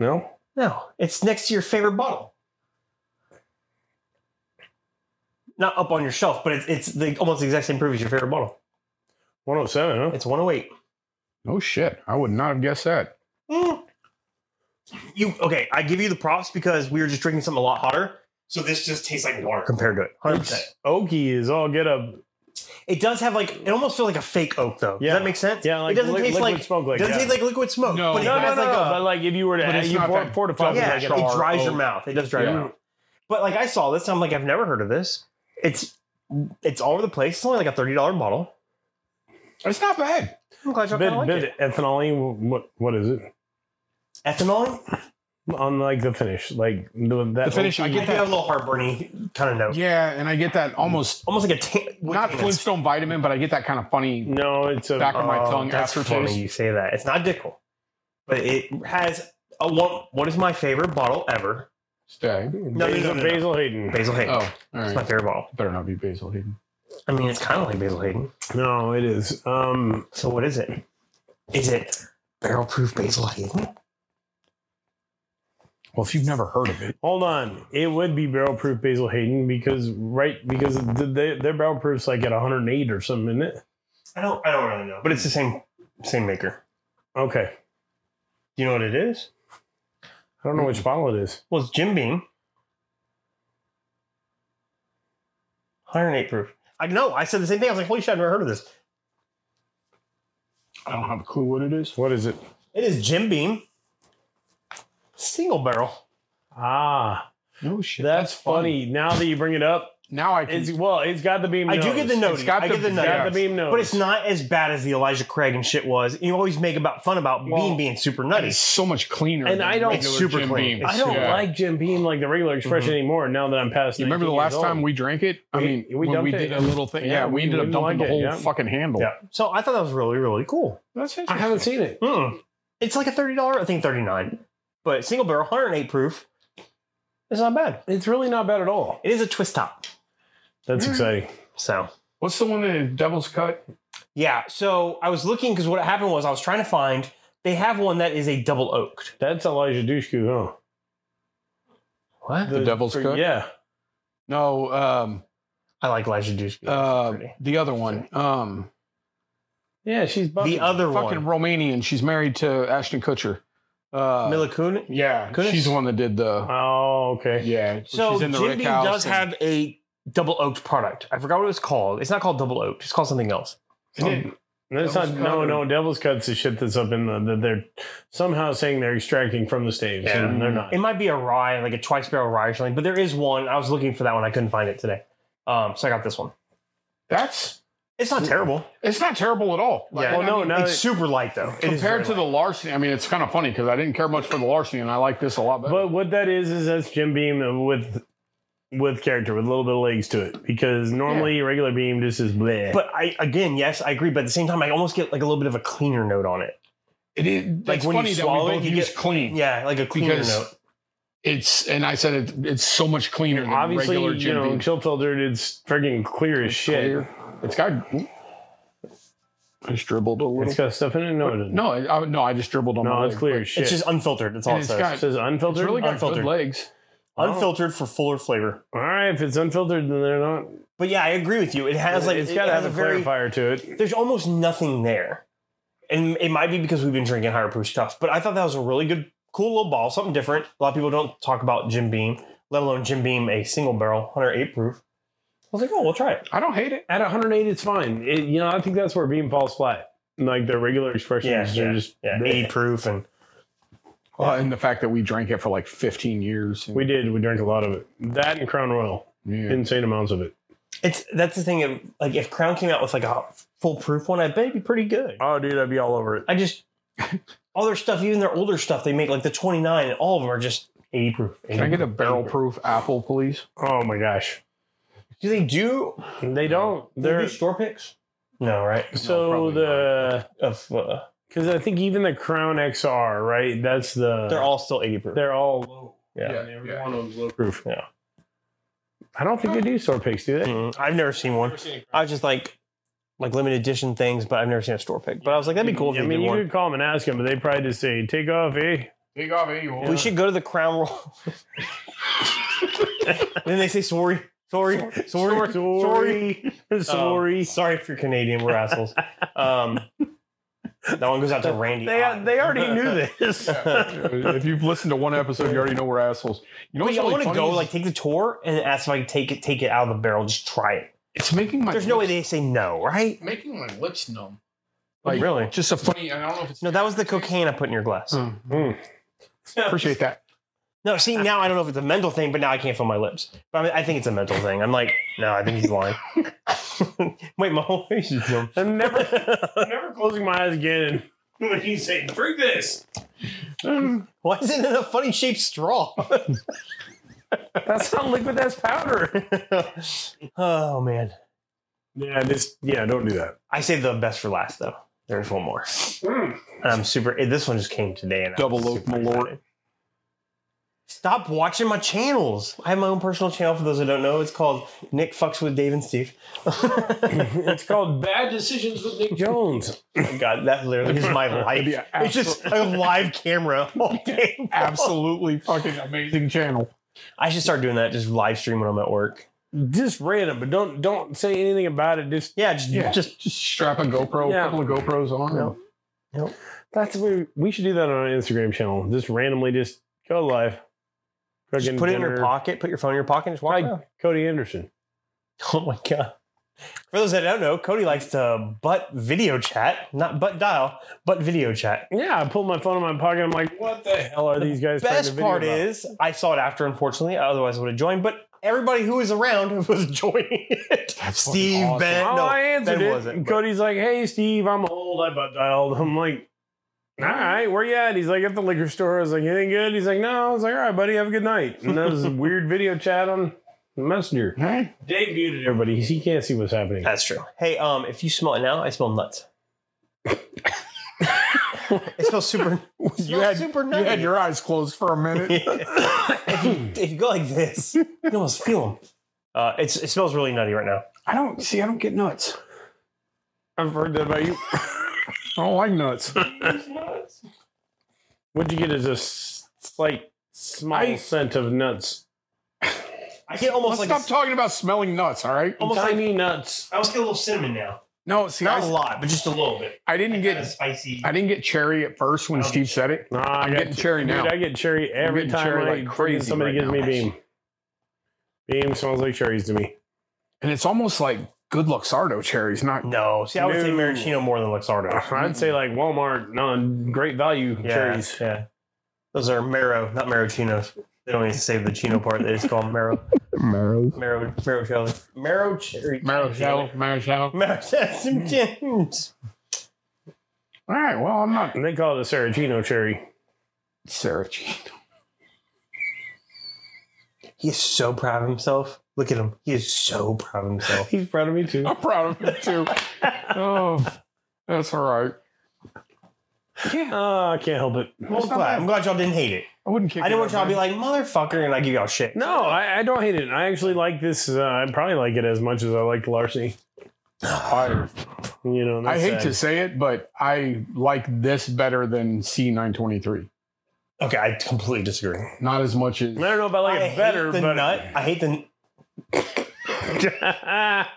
S1: No?
S3: No. It's next to your favorite bottle. Not up on your shelf, but it's, it's the, almost the exact same proof as your favorite bottle.
S1: 107, huh?
S3: It's 108.
S2: Oh shit! I would not have guessed that.
S3: Mm. You okay? I give you the props because we were just drinking something a lot hotter. So this just tastes like water compared to it. Hundred percent.
S1: Oaky is all get up.
S3: It does have like it almost feels like a fake oak though.
S1: Yeah.
S3: Does that make sense?
S1: Yeah, like
S3: it doesn't
S1: li-
S3: taste
S1: liquid
S3: like
S1: smoke like
S3: doesn't
S1: that.
S3: taste like liquid smoke.
S2: No.
S3: but it
S1: no, no,
S3: has
S1: no.
S3: like a
S1: but like if you were to
S2: But
S1: add,
S2: it's
S1: you
S2: not
S1: pour,
S2: that
S1: pour to five.
S3: yeah,
S1: like Oh.
S3: it
S1: an hour.
S3: dries your
S2: oak.
S3: mouth. It does dry your
S2: Yeah.
S3: mouth. But like I saw this, and I'm like, I've never heard of this. It's it's all over the place. It's only like a thirty dollar bottle.
S2: It's not bad.
S3: I'm glad y'all
S1: Bit,
S3: kinda like
S1: bit
S3: it.
S1: ethanol. What what is it
S3: Ethanol.
S1: on like the finish? Like the, that
S2: The finish, I
S3: I
S2: get
S3: get that a
S2: that.
S3: little heartburny kind of note.
S2: Yeah, and I get that almost
S3: Almost like a ta-
S2: not Flintstone vitamin, but I get that kind of funny.
S1: No, it's a
S2: Back- on my tongue
S3: Oh, that's
S2: aftertaste.
S3: funny you say that. It's not Dickel, but it has a one. What is my favorite bottle ever?
S2: Stay.
S1: no,
S3: no, no,
S1: Basil,
S3: no.
S1: Basil Hayden.
S3: Basil
S2: Oh,
S3: Hayden.
S2: all
S3: It's my
S2: right.
S3: favorite bottle.
S2: Better not be Basil Hayden.
S3: I mean, it's kind of like Basil Hayden.
S1: No, it is. Um,
S3: So what is it? Is it barrel proof Basil Hayden?
S2: Well, if you've never heard of it,
S1: hold on. It would be barrel proof Basil Hayden because right because the, they, their barrel proof's like at 108 or something, isn't it?
S3: I don't. I don't really know. But it's the same same maker.
S1: Okay,
S3: Do you know what it is?
S1: I don't know which bottle it is.
S3: Well, it's Jim Beam. 108 proof. I know. I said the same thing. I was like, holy shit, I've never heard of this.
S2: I don't have a clue what it is.
S1: What is it?
S3: It is Jim Beam. Single barrel.
S1: Ah,
S2: No shit.
S1: that's funny. Now that you bring it up,
S2: Now I can.
S1: it's well, it's got the beam.
S3: I
S1: nose.
S3: do get the
S1: It's
S3: note.
S2: got
S3: I
S2: the-
S3: get the
S2: it's
S3: note.
S2: got
S1: Got the beam nose,
S3: But it's not as bad as the Elijah Craig and shit was. You always make about fun about
S1: Well,
S3: Beam being super nutty.
S2: It's so much cleaner.
S1: And
S2: than
S1: I don't-
S2: regular
S3: It's super
S2: Jim
S3: clean.
S2: Beam.
S1: I don't
S2: Yeah.
S1: like Jim Beam like the regular expression anymore. Now that I'm past,
S2: You remember the
S1: 19
S2: last
S1: years
S2: time
S1: old.
S2: we drank it? I
S1: We-
S2: mean,
S1: we
S2: when
S1: dumped
S2: we
S1: it.
S2: did a little thing.
S1: Yeah,
S2: Yeah, we
S1: we
S2: ended up
S1: didn't
S2: dumping
S1: like
S2: the
S1: it,
S2: whole
S1: yeah.
S2: fucking handle.
S1: Yeah.
S3: So I thought that was really, really cool.
S2: That's
S1: I haven't seen it.
S3: Mm-mm. It's like a $30, I think 39 But single barrel, 108 proof. It's not bad.
S1: It's really not bad at all. Mm-hmm.
S3: It is a twist top.
S1: That's exciting.
S3: So
S2: What's the one that Devil's Cut?
S3: yeah. So I was looking because what happened was I was trying to find they have one that is a double oaked.
S1: That's Elijah Dushku, huh?
S3: What?
S2: The Devil's Cut?
S1: Yeah.
S2: No, um,
S3: I like Elijah Dushku.
S2: uh,
S3: Pretty.
S2: the other one. Um,
S1: Yeah, she's
S3: the
S1: buffing.
S3: other
S2: fucking
S3: one,
S2: Romanian. She's married to Ashton Kutcher. Uh,
S3: Mila Kunis.
S2: yeah,
S3: Kunis?
S2: she's the one that did the.
S1: Oh, okay.
S2: Yeah,
S3: So
S2: she's in the
S3: Jim
S2: Rick
S3: Beam
S2: House
S3: does
S2: and-
S3: have a double oaked product. I forgot what it was called. It's not called double oaked. It's called something else.
S2: Isn't it-
S1: That's
S2: Devil's
S1: not no
S2: Cut or-
S1: no. Devil's Cut's the shit that's up in the that they're somehow saying they're extracting from the staves,
S3: Yeah.
S1: and they're not.
S3: It might be a rye, like a twice barrel rye or something. But there is one. I was looking for that one. I couldn't find it today. Um, so I got this one.
S2: that's
S3: It's not terrible.
S2: it's not terrible at all.
S3: Yeah.
S2: I
S1: Well, no,
S2: mean,
S1: now
S3: it's
S1: that-
S3: super light though. It is
S2: compared
S3: very
S2: to the
S3: light.
S2: larceny, I mean, it's kind of funny because I didn't care much for the larceny, and I like this a lot better.
S1: But what that is is that's Jim Beam with with character, with a little bit of legs to it, because normally regular Beam just is bleh.
S3: But I again, yes, I agree. But at the same time, I almost get like a little bit of a cleaner note on it.
S2: it is
S3: like
S2: like
S3: when you
S2: funny that
S3: swallow
S2: we
S3: it,
S2: both
S3: you
S2: use
S3: get-
S2: clean.
S3: Yeah, like a cleaner
S2: Because-
S3: note.
S2: It's and I said it, it's so much cleaner than
S1: obviously,
S2: regular
S1: you
S2: Jim
S1: know,
S2: Beam.
S1: chill filtered, it's friggin' clear as shit.
S2: Clear. It's got. I just dribbled a little.
S1: It's got stuff in it. No, it doesn't.
S2: no, I, I- no, I just dribbled on.
S1: No,
S2: my
S1: it's
S2: leg,
S1: clear
S2: but
S1: as shit.
S3: It's just unfiltered. That's all
S2: And
S3: it
S2: it's
S3: says.
S2: got-
S1: it says
S2: It's
S1: unfiltered.
S2: really got
S3: Unfiltered.
S2: good legs.
S3: unfiltered for fuller flavor.
S1: All right, if it's unfiltered, then they're not.
S3: But yeah, I agree with you. It has like
S1: it's
S3: it
S1: got to
S3: has
S1: have a
S3: very
S1: clarifier to it.
S3: there's almost nothing there. And it might be because we've been drinking higher proof stuff, but I thought that was a really good, cool little ball, something different. A lot of people don't talk about Jim Beam, let alone Jim Beam, a single barrel, 108 proof. I was like, oh, we'll try it.
S2: I don't hate it.
S1: At 108, it's fine. It, you know, I think that's where Beam falls flat. Like their regular expressions
S3: Yeah,
S1: are just
S3: Yeah,
S1: bleh.
S3: 80 proof and
S2: Well, and the fact that we drank it for like 15 years.
S1: We did. We drank a lot of it. That and Crown Royal,
S2: yeah.
S1: insane amounts of it.
S3: It's that's the thing. Of, like if Crown came out with like a foolproof one, I bet it'd be pretty good.
S1: Oh, dude, I'd be all over it.
S3: I just all their stuff, even their older stuff, they make like the 29, and all of them are just 80 proof. 80
S2: Can I get a
S3: proof,
S2: barrel
S3: 80
S2: proof apple, please?
S1: Oh my gosh,
S3: Do they do?
S1: they don't.
S3: do They
S1: They're
S3: do store picks. No, right?
S1: so
S2: probably
S1: the
S3: Of uh,
S1: because I think even the Crown XR, right? That's the
S3: they're all still 80 proof.
S1: they're all low.
S3: Yeah.
S1: And every
S2: yeah.
S1: one of them's low proof.
S3: Yeah.
S1: I don't think they do store picks, do they?
S3: Mm, I've never seen one. I was just like like limited edition things, but I've never seen a store pick. But I was like, that'd be cool if
S1: I
S3: they
S1: mean,
S3: did
S1: you
S3: one.
S1: could call them and ask them, but they probably just say, "Take off, eh?"
S2: Big off any one.
S3: We should go to the Crown Royal. then they say sorry, sorry, sorry, sorry, sorry.
S1: sorry.
S3: Um,
S1: sorry.
S3: if you're Canadian, we're assholes. Um, that one goes out to Randy.
S1: They, they already knew
S3: <laughs>
S1: this.
S2: Uh, if you've listened to one episode, you already know we're assholes. You know,
S3: Wait,
S2: what's
S3: I
S2: really
S3: want to
S2: funny
S3: go
S2: is
S3: like take the tour and ask if I can take it take it out of the barrel, just try it.
S2: it's making my
S3: There's no way they say no, right?
S2: making my lips numb.
S3: Like, Oh, really?
S2: Just a funny. I don't know if it's
S3: No, that was the cocaine I put in your glass.
S2: Mm,
S1: Hmm.
S2: appreciate that.
S3: No, see now I don't know if it's a mental thing, but now I can't feel my lips. But I, mean, I think it's a mental thing. I'm like, no, I think he's lying. <laughs> Wait, my <laughs> whole face is numb.
S1: I'm never, I'm never closing my eyes again. When you say, "Drink <laughs> this," um,
S3: Why is it in a funny shaped straw? <laughs>
S1: that's not liquid. That's powder.
S3: oh man,
S1: yeah, just yeah. Don't do that.
S3: I saved the best for last though. There's one more.
S1: Mm.
S3: And I'm super. eh, This one just came today, and I
S2: Double
S3: was
S2: oak
S3: super
S2: malort.
S3: excited. Stop watching my channels. I have my own personal channel. For those who don't know, it's called Nick fucks with Dave and Steve. <laughs>
S1: It's called bad decisions with Nick Jones.
S3: God, that literally is my life.
S2: Yeah,
S3: It's just a live camera all day. <laughs>
S2: Absolutely fucking amazing channel.
S3: I should start doing that. Just live stream when I'm at work.
S1: Just random, but don't don't say anything about it. Just
S3: Yeah, just
S2: Yeah.
S3: just
S2: Just strap a GoPro,
S1: Yeah.
S2: a couple of GoPros on.
S3: No.
S1: that's where we should do that on our Instagram channel. Just randomly, just go live.
S3: just put it in your pocket. Put your phone in your pocket and just walk. around.
S1: Cody Anderson.
S3: Oh my god. For those that don't know, Cody likes to butt video chat, not butt dial, but video chat.
S1: Yeah, I pulled my phone in my pocket. I'm like, what the hell are these guys? trying to
S3: Best
S1: video
S3: part
S1: about?
S3: is I saw it after, unfortunately. Otherwise, I would have joined. But everybody who was around <laughs> was joining it. Steve
S2: awesome.
S3: Ben,
S1: Oh,
S3: no,
S1: I answered
S3: Ben
S1: it.
S3: wasn't,
S1: and
S3: but-
S1: Cody's like, "Hey, Steve, I'm old. I butt dialed." I'm like, "All right, where you at?" He's like, "At the liquor store." I was like, "Anything good?" He's like, "No." I was like, "All right, buddy, have a good night." And that was a weird video chat on Messenger.
S2: Hey,
S1: Dave muted everybody. He can't see what's happening.
S3: That's true. Hey, um, if you smell it now, I smell nuts. it smells super. You
S2: had-
S3: super
S2: you had your eyes closed for a
S3: <laughs>
S2: minute.
S3: if, you, if you go like this, you can almost feel them. Uh, it's, it smells really nutty right now.
S2: I don't see. I don't get nuts.
S1: I've heard that about you.
S2: I don't like nuts.
S1: What'd you get? Is a s- slight small
S2: I-
S1: scent of nuts,
S3: I get almost
S2: Let's
S3: like a
S2: stop talking about smelling nuts. All right.
S3: Almost
S1: tiny nuts.
S3: I almost get a little cinnamon now.
S2: No, see,
S3: Not a
S2: I,
S3: lot, but just a little bit.
S2: I didn't
S3: Kind of
S2: get.
S3: spicy.
S2: I didn't get cherry at first when
S3: Um,
S2: Steve said it.
S1: Nah, I
S2: I'm
S1: got
S2: getting cherry
S1: Dude,
S2: now.
S1: I get cherry every
S2: getting
S1: time
S2: cherry
S1: I
S2: like crazy
S1: somebody
S2: right
S1: gives
S2: now.
S1: me beam. Beam smells like cherries to me.
S2: and it's almost like good Luxardo cherries, not
S3: no, see, I would say
S1: No.
S3: maraschino more than Luxardo.
S1: I'd say like Walmart, no, great value
S3: Yeah,
S1: cherries.
S3: Yeah, those are marrow, not marrochinos. They don't even save the chino part. They just call them marrow,
S4: Marrows.
S3: marrow, marrow jelly, marrow cherry,
S2: Marichello. Marichello.
S3: marrow <laughs> some gems.
S2: All right. Well, I'm not
S1: And they call it a Saraceno cherry.
S2: Saraceno.
S3: He is so proud of himself. Look at him. He is so proud of himself.
S1: He's proud of me too.
S2: <laughs> I'm proud of him
S1: <laughs>
S2: too. oh, that's all right. Yeah,
S1: Oh, I can't help it.
S3: I'm glad. I'm glad y'all didn't hate it.
S2: I wouldn't kick.
S3: I didn't want
S2: it
S3: y'all
S2: out,
S3: to be like motherfucker, and I give y'all shit.
S1: No, I, I don't hate it. I actually like this. Uh, I probably like it as much as I like larceny.
S2: man.
S1: You know, and
S2: I, I
S1: that's
S2: hate
S1: sad.
S2: to say it, but I like this better than C923.
S3: Okay, I completely disagree.
S2: Not as much as
S1: I don't know if I like
S3: I
S1: it better,
S3: hate the
S1: but
S3: nut. I hate the. I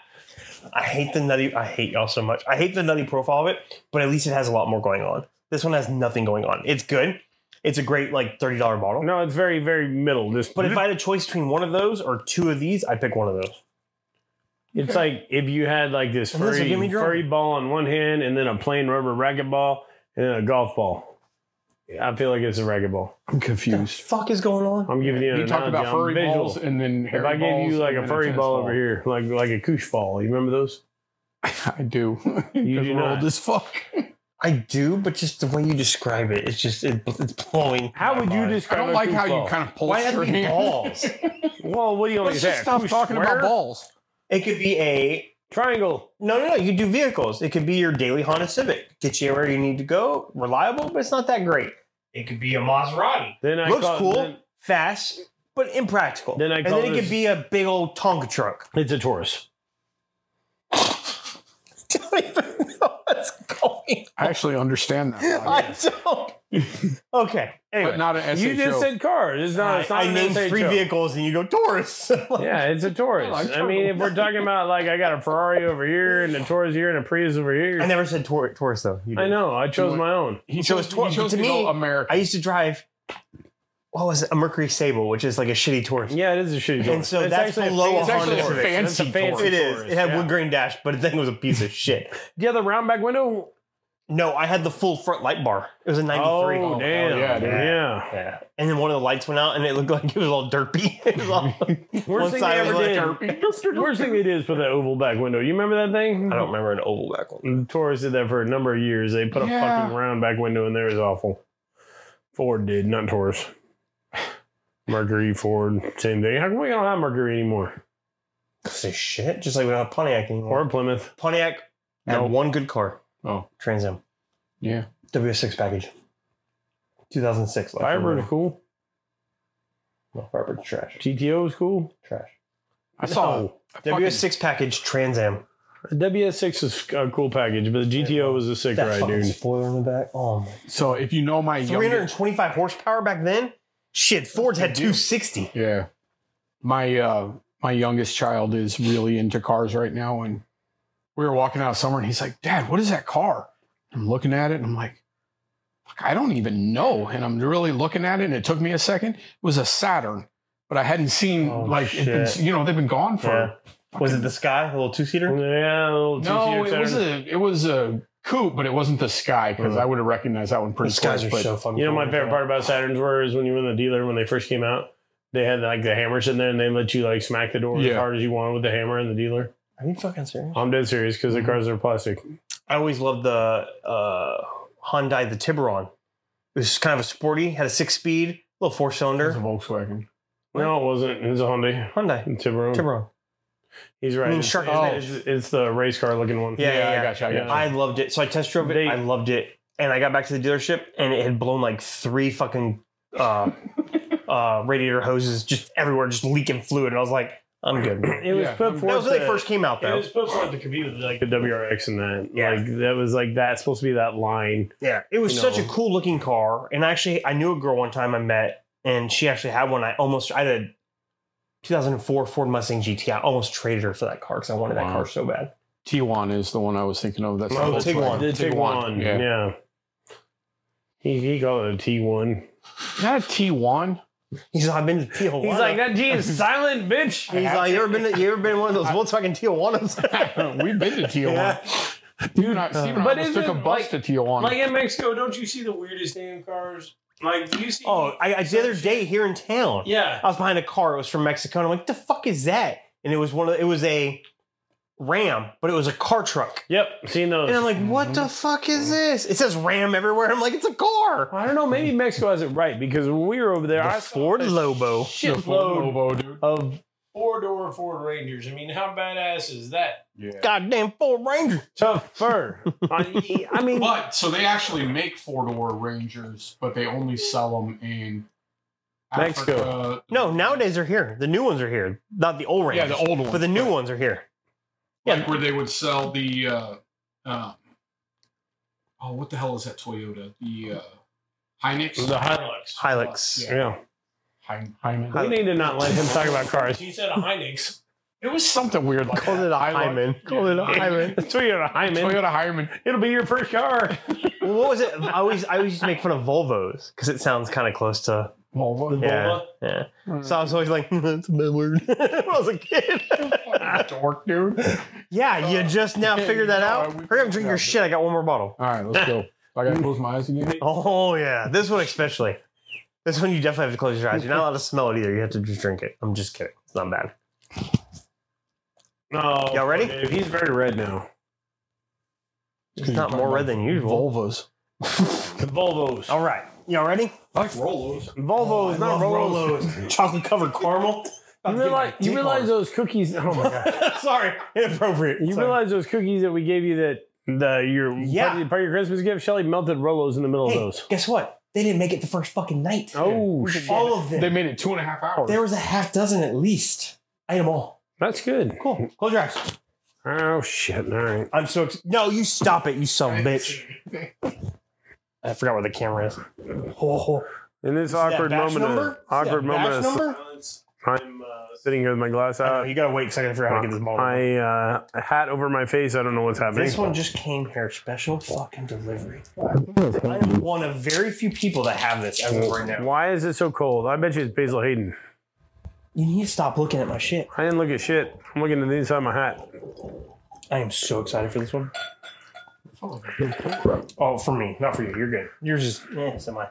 S3: hate the nutty. I hate y'all so much. I hate the nutty profile of it, but at least it has a lot more going on. This one has nothing going on. It's good. It's a great like thirty dollar
S1: <laughs>
S3: bottle.
S1: no, it's very, very middle. Just
S3: But if I had a choice between one of those or two of these, I'd pick one of those.
S1: It's like if you had like this
S3: And this will
S1: furry,
S3: get me drunk.
S1: furry ball on one hand and then a plain rubber racquet ball and then a golf ball. I feel like it's a raggy ball.
S2: I'm confused.
S3: fuck is going on?
S1: I'm giving you.
S2: You
S1: an
S2: talked about
S1: analogy. I'm
S2: furry
S1: um, visual.
S2: balls and then hairy
S1: If I gave
S2: balls
S1: you like
S2: and
S1: a
S2: then
S1: furry
S2: tennis
S1: ball, over here, like like a koosh ball, you remember those?
S2: <laughs> I do.
S1: You do
S2: we're
S1: not.
S2: old as fuck.
S3: I do, but just the way you describe it, it's just it, it's blowing.
S1: How would you
S2: I
S1: describe?
S2: don't
S1: a
S2: like
S1: koosh
S2: how
S1: ball?
S2: you kind of pull
S3: Why have
S2: your
S3: to be
S2: hand.
S3: balls?
S1: Well, what do you want me to
S2: Let's
S1: say?
S2: just
S1: A
S2: stop
S1: koosh
S2: talking about
S1: square?
S2: balls.
S3: it could be a
S1: Triangle.
S3: no, no, no. You do vehicles. It could be your daily Honda Civic. Get you where you need to go. Reliable, but it's not that great. It could be a Maserati.
S1: Then I
S3: Looks
S1: call-
S3: cool,
S1: then-
S3: fast, but impractical.
S1: Then I
S3: and
S1: call
S3: then it
S1: this-
S3: could be a big old Tonka truck. <laughs>
S1: it's a Taurus.
S3: don't even know what's going.
S2: I actually understand that.
S3: on. <laughs> I don't. Okay. Anyway,
S2: But not an SHO.
S1: You just said cars. It's not.
S3: I,
S1: It's not
S3: I
S1: an
S3: named three
S1: SHO.
S3: vehicles, and you go Taurus. <laughs>
S1: Yeah, it's a Taurus.
S2: like
S1: I mean, if we're talking about like I got a Ferrari over here and a Taurus here and a Prius over here.
S3: I never said tor- Taurus though. You
S1: I
S3: did.
S1: know. I chose my own.
S2: he
S3: So
S2: chose,
S3: it's tw-
S2: he chose
S3: to
S2: to, go
S3: me,
S2: American.
S3: I used to drive. What was it? A Mercury Sable, which is like a shitty Taurus.
S1: Yeah, it is a shitty Taurus.
S3: And so that's
S1: actually
S3: below
S1: fan-
S3: a Honda
S1: Taurus.
S2: Civic.
S1: That's a
S2: Fancy
S1: fancy
S3: It is.
S1: Taurus,
S3: It had
S1: yeah.
S3: wood grain dash, but the thing was a piece of shit.
S1: Yeah, the round back window.
S3: No, I had the full front light bar. It was a '93.
S1: Oh, damn.
S2: yeah,
S1: Yeah,
S2: dude.
S1: yeah.
S3: Yeah. And then one of the lights went out, and it looked like it was all derpy. <laughs> It
S1: <laughs>
S3: was all-
S1: Worst thing they
S3: side
S1: ever
S3: was
S1: did.
S3: like
S2: <laughs>
S1: Worst thing they did is put that oval back window. You remember that thing?
S3: I don't remember an oval back one.
S1: Taurus did that for a number of years. They put
S2: Yeah.
S1: a fucking round back window in there. It's awful. Ford did, not Taurus. Mercury, Ford, same thing. How come we don't have Mercury anymore?
S3: This is shit. Just like we don't have Pontiac anymore.
S1: Or Plymouth.
S3: Pontiac had
S2: No.
S3: one good car.
S2: Oh.
S3: Trans Am
S2: yeah.
S3: WS6 package. 2006. like,
S1: Firebird
S3: remember.
S1: cool.
S3: No, Firebird's trash.
S1: GTO is cool.
S3: Trash.
S2: I saw
S1: No.
S2: I fucking-
S3: WS6 package Trans Am.
S1: WS6 is a cool package, but the GTO was a sick
S3: That
S1: ride,
S3: fucking
S1: dude.
S3: spoiler in the back. Oh my.
S2: So if you know my youngest,
S3: 325 horsepower back then. Shit, Ford's had 260.
S2: yeah, my uh, my youngest child is really into cars right now, and we were walking out somewhere, and he's like, "Dad, what is that car?" I'm looking at it, and I'm like, "Fuck, "I don't even know," and I'm really looking at it, and it took me a second. It was a Saturn, but I hadn't seen
S3: Oh,
S2: like it been,
S3: shit.
S2: you know they've been gone for.
S3: Yeah. Was it the Sky, the little two seater?
S1: Yeah, a little
S2: No,
S1: two-seater
S2: it was
S1: Saturn.
S2: a it was a coupe, but it wasn't the Sky because
S1: Mhm.
S2: I would have recognized that one pretty
S3: These guys
S2: quick.
S3: are
S2: But
S3: so fucking
S1: You know,
S3: cool.
S1: my favorite part about Saturns were is when you were in the dealer when they first came out. They had like the hammers in there, and they let you like smack the door
S2: Yeah.
S1: as hard as you wanted with the hammer in the dealer.
S3: Are you fucking serious?
S1: I'm dead serious because the cars are plastic.
S3: I always loved the uh, Hyundai, the Tiburon. It was kind of a sporty, had a six speed, little four
S2: it was a
S3: cylinder.
S2: Volkswagen.
S1: No, it wasn't. It was a Hyundai
S3: Hyundai,
S1: and Tiburon.
S3: Tiburon.
S1: He's right.
S3: I mean,
S1: it's,
S3: Shark-
S1: it's- it's, it's the race car looking one.
S3: Yeah, yeah,
S2: I
S3: yeah.
S2: got you. I got you.
S1: Yeah.
S3: I loved it. So I test drove it.
S1: They-
S3: I loved it. And I got back to the dealership and it had blown like three fucking <laughs> uh, uh, radiator hoses just everywhere, just leaking fluid. And I was like, I'm good.
S1: It was
S2: Yeah.
S1: put
S2: That
S1: forth.
S3: that was when they
S1: to-
S3: first came out,
S1: It
S3: though.
S1: was supposed to compete with like the WRX and that.
S3: Yeah.
S1: Like that was like that supposed to be that line.
S3: yeah. It was
S1: you
S3: such a
S1: know.
S3: cool looking car. And actually, I knew a girl one time I met and she actually had one. I almost, I had a 2004 Ford Mustang GT. I almost traded her for that car because I wanted that
S2: Wow.
S3: car so bad.
S2: T1 is the one I was thinking of. That's
S3: Oh,
S2: the
S3: the Tiguan.
S1: The Tiguan. Yeah.
S2: Yeah.
S1: He he called it a T one.
S2: Not a T1.
S3: He's like, I've been to Tijuana.
S1: He's like that G <laughs> is silent, bitch.
S3: He's like, you ever been? To, you ever been to one of <laughs> those Volkswagen Tijuanas?
S2: <laughs> We've been to T1.
S3: Yeah.
S2: Dude, I, Steve and I
S1: But
S2: almost took a
S1: isn't,
S2: bus to T1.
S1: Like in Mexico, don't you see the weirdest damn cars? Like you see
S3: <laughs> Oh, I, I the other day here in town.
S1: Yeah.
S3: I was behind a car. It was from Mexico, and I'm like, "The fuck is that?" And it was one of the, it was a Ram, but it was a car truck.
S1: Yep, seen those.
S3: And I'm like, "What the fuck is this?" It says Ram everywhere. I'm like, "It's a car."
S1: I don't know, maybe Mexico has it right because when we were over there,
S3: The
S1: I saw
S3: Ford
S1: a
S3: Lobo.
S2: The Ford
S1: shitload
S2: Lobo, dude.
S1: of four door Ford Rangers. I mean, how badass is that?
S2: Yeah.
S3: Goddamn Ford Ranger.
S1: Tough fur. <laughs> I, I mean,
S2: But so they actually make four door Rangers, but they only sell them in
S1: Mexico.
S2: Africa.
S3: No, nowadays they're here. The new ones are here, not the old Rams.
S2: Yeah, the old ones.
S3: but the new ones are here.
S2: Like where they would sell the. Uh, um, oh, what the hell is that Toyota? The uh, Hynix?
S1: the Hilux.
S3: Hilux.
S2: Yeah.
S1: Yeah.
S2: Hy- Hyman.
S1: We need to not let him talk <laughs> about cars. He said a Hynix.
S2: It was something weird like
S3: Called it a
S2: I like-
S3: Hyman. Called it a
S1: <laughs>
S3: Hyman.
S1: Toyota Hyman.
S2: Toyota Hyman.
S1: It'll be your first car.
S3: Well, what was it? I always I always used to make fun of Volvos because it sounds kind of close to
S2: Volvo.
S3: yeah,
S1: Volvo?
S3: yeah.
S2: Mm.
S3: So I was always like, <laughs> that's a bad word when I was a kid.
S2: Fucking dork, dude. Uh,
S3: yeah, you just now figured that out. Hurry up, and drink your shit. I got one more bottle.
S2: All right, let's go. I gotta close my eyes again.
S3: Oh yeah, this one especially. This one you definitely have to close your eyes. You're not allowed to smell it either. You have to just drink it. I'm just kidding. It's not bad.
S1: No.
S3: Y'all ready?
S1: Dave, Oh, he's very red now.
S3: It's not more red than usual.
S2: Volvos.
S1: The <laughs> Volvos.
S3: All right, y'all ready?
S2: I like Rolos.
S1: Volvos,
S2: I
S1: not
S2: love
S1: Rolos.
S3: <laughs> Chocolate covered caramel. Oh,
S1: You realize, you realize those cookies? <laughs> Oh my
S3: <laughs>
S1: god!
S3: Sorry, inappropriate.
S1: You
S3: Sorry.
S1: realize those cookies that we gave you that the your
S3: Yeah.
S1: part, of, part of your Christmas gift? Shelly melted Rolos in the middle
S6: Hey,
S1: of those.
S6: guess what? They didn't make it the first fucking night.
S1: Oh, shit.
S6: All of
S2: They
S6: them.
S2: made it two and a half hours.
S6: There was a half dozen at least. I ate them all.
S1: that's good.
S3: Cool. Close your eyes.
S1: Oh shit! All right.
S3: I'm so ex- no. You stop it, you son of a
S2: <laughs>
S3: bitch. I forgot where the camera is. Oh,
S1: In this
S3: that
S1: awkward
S3: batch
S1: moment,
S3: number?
S1: of, awkward
S3: That
S1: moment
S3: batch
S1: of
S3: number?
S1: silence, I'm uh, sitting here with my glass
S3: I know,
S1: out.
S3: you gotta wait because Uh, I gotta figure out how to get this bottle.
S1: My uh, hat over my face. I don't know what's happening.
S3: This one just came here, special fucking delivery. I
S4: It's
S3: am one of very few people that have this as of right now.
S1: Why is it so cold? I bet you it's Basil Hayden.
S6: You need to stop looking at my shit.
S1: I didn't look at shit. I'm looking at the inside of my hat.
S3: I am so excited for this one. Oh, for me, not for you. You're good. Yours is eh, semi.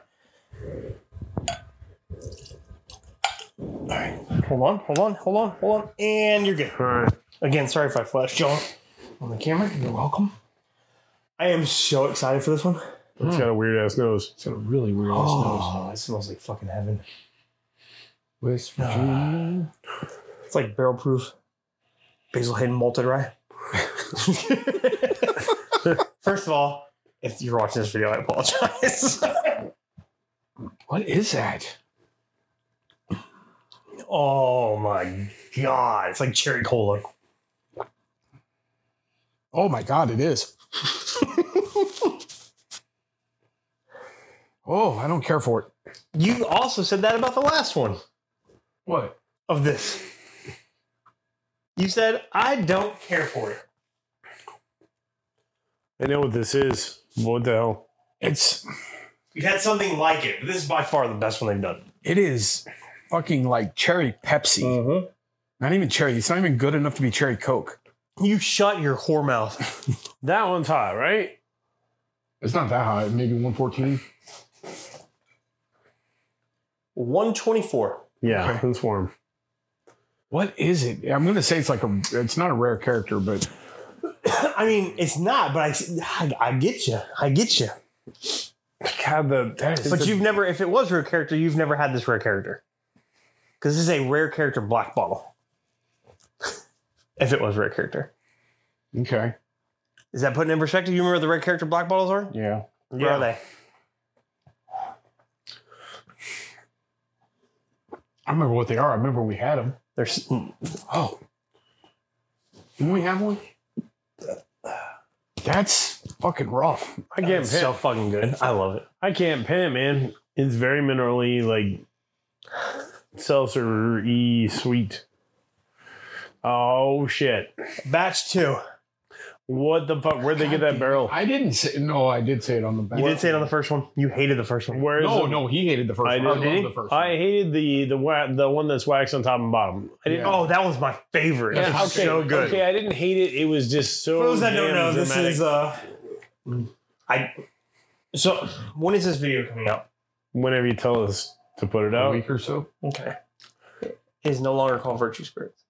S3: All right, hold on, hold on, hold on, hold on, and you're good.
S1: All right.
S3: Again, sorry if I flashed John on the camera. You're welcome. I am so excited for this one.
S1: It's
S3: Hmm.
S1: got a weird ass nose.
S2: It's got a really weird ass nose.
S3: Oh, it smells like fucking heaven.
S5: West
S3: It's like barrel proof. Basil Hayden malted rye. <laughs> First of all, if you're watching this video, I apologize. <laughs>
S2: What is that?
S3: oh my god. It's like cherry cola.
S2: Oh my god, it is. oh, I don't care for it.
S3: You also said that about the last one
S2: What?
S3: of this. You said, I don't care for it.
S1: I know what this is. What the hell?
S2: It's
S3: You had something like it, but this is by far the best one they've done.
S2: it is fucking like cherry Pepsi. Not even cherry. It's not even good enough to be cherry Coke.
S3: You shut your whore mouth.
S1: That one's hot, right?
S2: It's not that high. Maybe 114.
S3: 124.
S1: Yeah, it's warm.
S2: What is it? I'm gonna say it's like a. It's not a rare character, but
S3: <clears throat> I mean, it's not, but I, I, I get you. I get you.
S1: God, the that is
S3: But you've never, if it was rare character, you've never had this rare character. Because this is a rare character black bottle. <laughs> if it was rare character.
S2: okay.
S3: Is that putting it in perspective? You remember what the rare character black bottles are?
S2: Yeah.
S3: Where are they?
S2: I remember what they are. I remember we had them.
S3: They're, s-
S2: Oh. Didn't we have one? That's fucking rough.
S1: I can't
S3: it's
S1: pin.
S3: so fucking good. I love it.
S1: I can't pin it, man. It's very minerally like seltzer y sweet. Oh shit.
S3: Batch two.
S1: What the fuck? Where'd they get that barrel?
S2: I didn't say no. I did say it on the back.
S3: You did say it on the first one. You hated the first one.
S1: Where's
S2: No,
S1: the-
S2: no, he hated the first
S1: I
S2: one. I
S1: did.
S2: loved the first
S1: I
S2: one.
S1: hated the the wa- the one that's waxed on top and bottom. I didn't.
S2: Yeah.
S3: Oh, that was my favorite.
S1: Yeah,
S3: That was so good.
S1: Okay, I didn't hate it. It was just so.
S3: For those that don't
S1: damn
S3: know, this
S1: dramatic.
S3: is uh, I. So when is this video coming out?
S1: whenever you tell us to put it
S2: A
S1: out.
S2: week or so.
S3: Okay. It is no longer called Virtue <sighs> Spirits.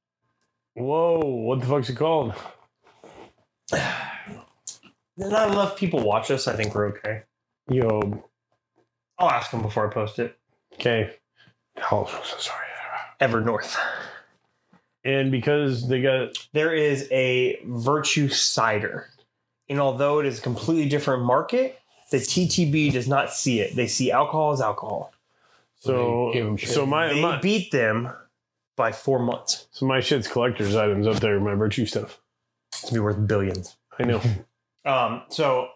S1: Whoa, what the fuck's it called?
S3: Not enough people watch us. I think we're okay.
S1: Yo,
S3: I'll ask them before I post it.
S1: okay.
S2: Oh, so sorry.
S3: Ever North.
S1: And because they got
S3: There is a Virtue Cider. And although it is a completely different market, the TTB does not see it. They see alcohol as alcohol.
S1: so
S2: They gave 'em shit.
S1: so my,
S3: They
S1: my
S3: beat them by four months.
S1: so my shit's collector's items up there. My virtue stuff.
S3: It's gonna be worth billions.
S1: I <laughs> know.
S3: Um, so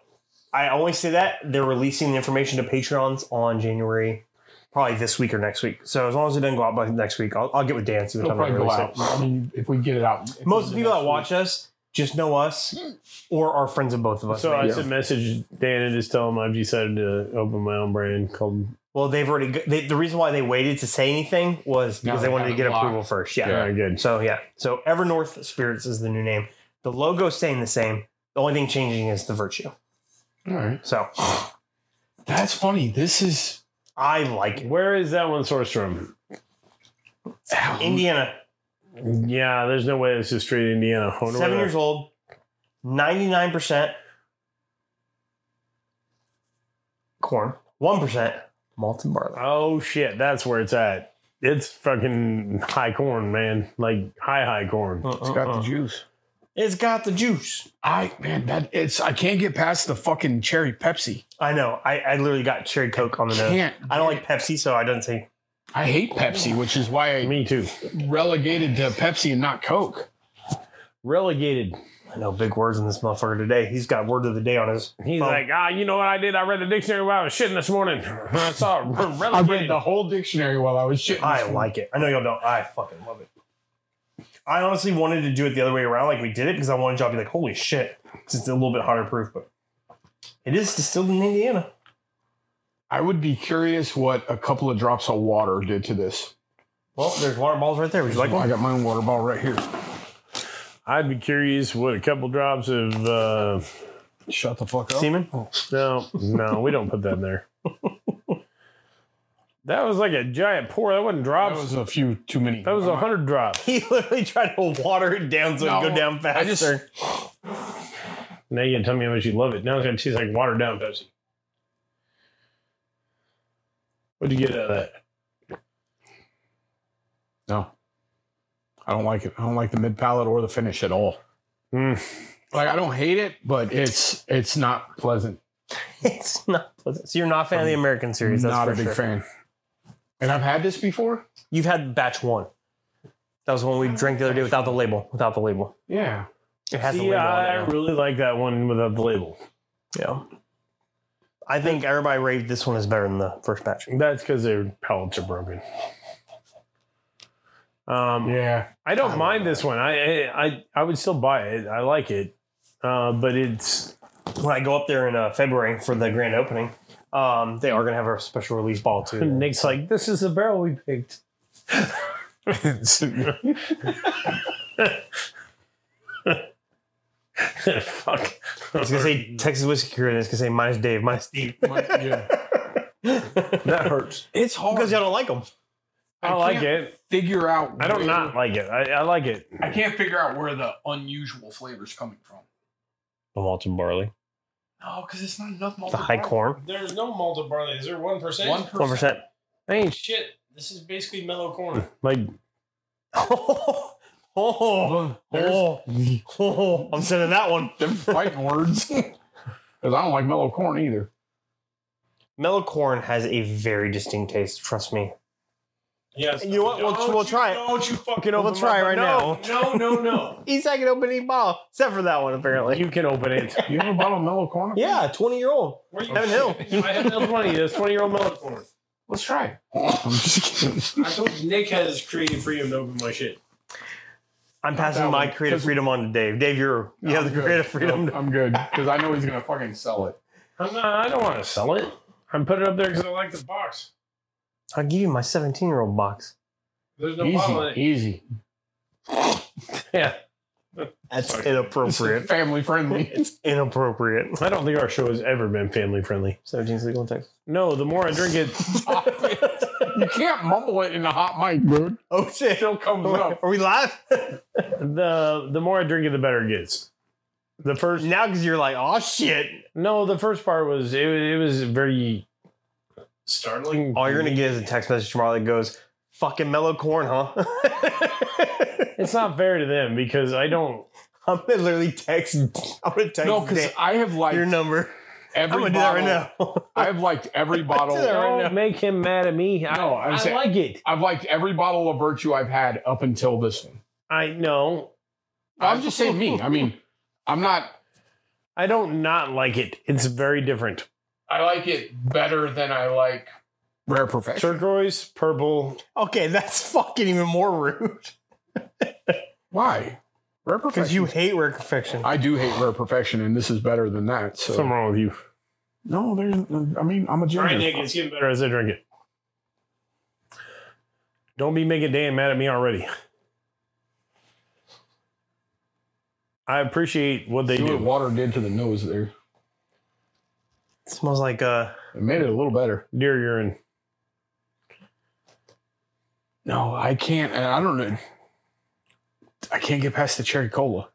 S3: I only say that they're releasing the information to Patreons on January, probably this week or next week. So as long as it doesn't go out by next week, I'll, I'll get with Dan see what
S2: It'll
S3: time I
S2: probably go
S3: release
S2: out.
S3: it.
S2: I mean, if we get it out. if
S3: Most
S2: it's
S3: of the people that
S2: next
S3: watch us just know us or are friends of both of us.
S1: so I
S3: They-
S1: should message Dan and just tell him I've decided to open my own brand called.
S3: well, they've already. g- They, the reason why they waited to say anything was
S2: No,
S3: because they
S2: they
S3: wanted to
S2: haven't
S3: get
S2: locked.
S3: approval first. Yeah.
S1: All right, good.
S3: So yeah. So Evernorth Spirits is the new name. The logo staying the same. The only thing changing is the virtue.
S2: All right.
S3: So
S2: That's funny. This is
S3: I like it.
S1: Where is that one sourced from?
S3: Indiana,
S1: Yeah, there's no way this is straight Indiana. Oh, no
S3: seven
S1: way.
S3: years old, 99% corn, 1% malt and barley.
S1: Oh shit, that's where it's at. It's fucking high corn, man. Like high high corn.
S3: Uh,
S2: It's
S3: uh,
S2: got
S3: uh.
S2: the juice.
S3: it's got the juice.
S2: Uh-uh. I man, that it's I can't get past the fucking cherry Pepsi.
S3: I know. I, I literally got cherry Coke on the nose.
S2: Can't.
S3: I don't like Pepsi, so I don't say
S2: I hate Pepsi, which is why I
S1: Me too.
S2: relegated to Pepsi and not Coke.
S1: Relegated.
S3: I know big words in this motherfucker today. He's got word of the day on his.
S1: He's
S3: Oh.
S1: like, ah, you know what I did? I read the dictionary while I was shitting this morning. <laughs> I saw it
S2: I read
S1: relegated.
S2: the whole dictionary while I was shitting.
S3: I like it. I know y'all don't. I fucking love it. I honestly wanted to do it the other way around, like we did it, because I wanted y'all to be like, "Holy shit!" 'cause it's a little bit hotter proof, but it is distilled in Indiana.
S2: I would be curious what a couple of drops of water did to this.
S3: Well, there's water balls right there. Would you like
S2: Like, I
S3: one?
S2: got my own water bottle right here.
S1: I'd be curious what a couple drops of uh
S2: Shut the fuck up.
S3: Semen.
S1: no, no, we don't put that in there. that was like a giant pour. That wasn't
S2: That
S1: drops.
S2: was a few too many.
S1: That was a hundred drops.
S3: He literally tried to water it down so
S2: No,
S3: it would go down faster. <laughs>
S2: I just-
S1: Now you can tell me how much you love it. Now it's gonna taste like watered down Pepsi. What'd you get out of that?
S2: No, I don't like it. I don't like the mid palate or the finish at all.
S1: Mm.
S2: Like I don't hate it, but it's it's not pleasant.
S3: it's not pleasant. So you're not a fan of the American series. That's
S2: not
S3: for
S2: a big
S3: sure.
S2: fan. And I've had this before.
S3: You've had batch one. That was the one we drank the other day without the label. Without the label.
S2: Yeah,
S3: It has the
S1: See,
S3: label
S1: I
S3: on it. now.
S1: really like that one without the label.
S3: Yeah. I think everybody raved this one is better than the first batch.
S1: That's because their palates are broken. Um,
S2: yeah.
S1: I
S2: I
S1: don't
S2: love
S1: mind
S2: that.
S1: this one. I, I I I would still buy it. I like it, uh, but it's
S3: When I go up there in uh, February for the grand opening, um, they are going to have a special release
S1: <laughs>
S3: ball too.
S1: Nick's like this is the barrel we picked. Fuck.
S3: It's going to say Texas Whiskey Crew and it's going to say minus Dave, minus Steve.
S2: yeah.
S1: that hurts.
S2: It's hard.
S3: Because y'all don't like them.
S1: I,
S2: I
S1: like
S2: can't
S1: it.
S2: Figure out.
S1: I don't
S2: where-
S1: not like it. I, I like it.
S2: I can't figure out where the unusual flavors coming from.
S3: The malt and barley.
S2: No, because it's not enough malt.
S3: The high corn.
S1: There's no malted barley. Is there one percent?
S2: One
S3: 1%.
S1: Ain't shit. This is basically mellow corn. Like
S3: <laughs> oh, oh, oh, oh, I'm sending that one.
S2: them fighting words. <laughs> Because I don't like mellow corn either.
S3: Mellow corn has a very distinct taste. Trust me.
S1: yes.
S3: You know what? We'll- we'll try it.
S1: Don't you fucking
S3: We'll
S1: open
S3: try
S1: my-
S3: right
S1: no, No, no, no.
S3: <laughs> He's not gonna open any bottle except for that one, apparently.
S1: you can open it.
S2: You have a bottle of mellow corn?
S3: yeah, twenty year old.
S1: Where you
S3: Heaven Hill.
S1: I <laughs> have no money. That's 20 year old melon corn.
S2: Let's try it. <laughs> I'm just kidding.
S1: I told you Nick has creative freedom to open my shit.
S3: I'm passing
S2: that
S3: my
S2: one,
S3: creative
S2: 'cause-
S3: freedom on to Dave. Dave, you're <laughs> you have the
S2: I'm good.
S3: creative freedom.
S2: I'm good. Because I know he's going to fucking sell it.
S1: I'm not, I don't want to sell it. I'm putting it up there because I like the box.
S3: I'll give you my seventeen year old box.
S1: There's no bottle
S2: Easy.
S1: in it.
S2: Easy.
S1: Yeah.
S3: That's
S2: It's
S3: <laughs> inappropriate.
S2: family friendly.
S3: it's inappropriate.
S1: I don't think our show has ever been family friendly.
S3: Seventeen's legal in Texas.
S1: No, the more I drink <laughs> it,
S2: you can't mumble it in a hot mic, dude.
S3: oh shit!
S2: Still comes
S3: Are
S2: up.
S3: we live
S1: the the more I drink it, the better it gets. The first
S3: <laughs> now? Because you're like, oh shit!
S1: no, the first part was it, it was very Mm-hmm. startling.
S3: All you're gonna get is a text message tomorrow that goes, "Fucking mellow corn, huh?"
S1: It's not fair to them because I
S2: <laughs>
S1: don't.
S3: <laughs> I'm gonna literally text. I'm gonna text
S2: No, because
S3: Dave
S2: I have liked
S3: your number.
S2: every
S3: I'm gonna do that
S2: bottle.
S3: right now.
S2: I have liked
S3: <laughs>
S2: every bottle.
S3: that right
S1: Don't make him mad at me. I,
S2: No, I'm
S1: I
S2: saying-
S1: like it.
S2: I've liked every bottle of virtue I've had up until this one.
S1: I know.
S2: I'm just saying me. I mean, I'm not.
S1: I don't not like it. It's very different.
S2: I like it better than I like rare perfection.
S1: Turquoise, purple.
S3: <laughs> Okay, that's fucking even more rude.
S2: Why? Rare
S3: Because
S2: perfection.
S3: you hate rare perfection.
S2: I do hate rare perfection, and this is better than that.
S1: Something
S2: So
S1: wrong with you.
S2: no, there's. I mean, I'm a
S1: All
S2: ginger.
S1: right, Nick, it's getting better as I drink it. Don't be making Dan mad at me already. I appreciate what they
S2: See what
S1: do.
S2: water did to the nose there.
S3: smells like uh
S2: It made it a little better.
S1: Deer urine.
S2: No, I can't. I don't know. I can't get past the cherry cola.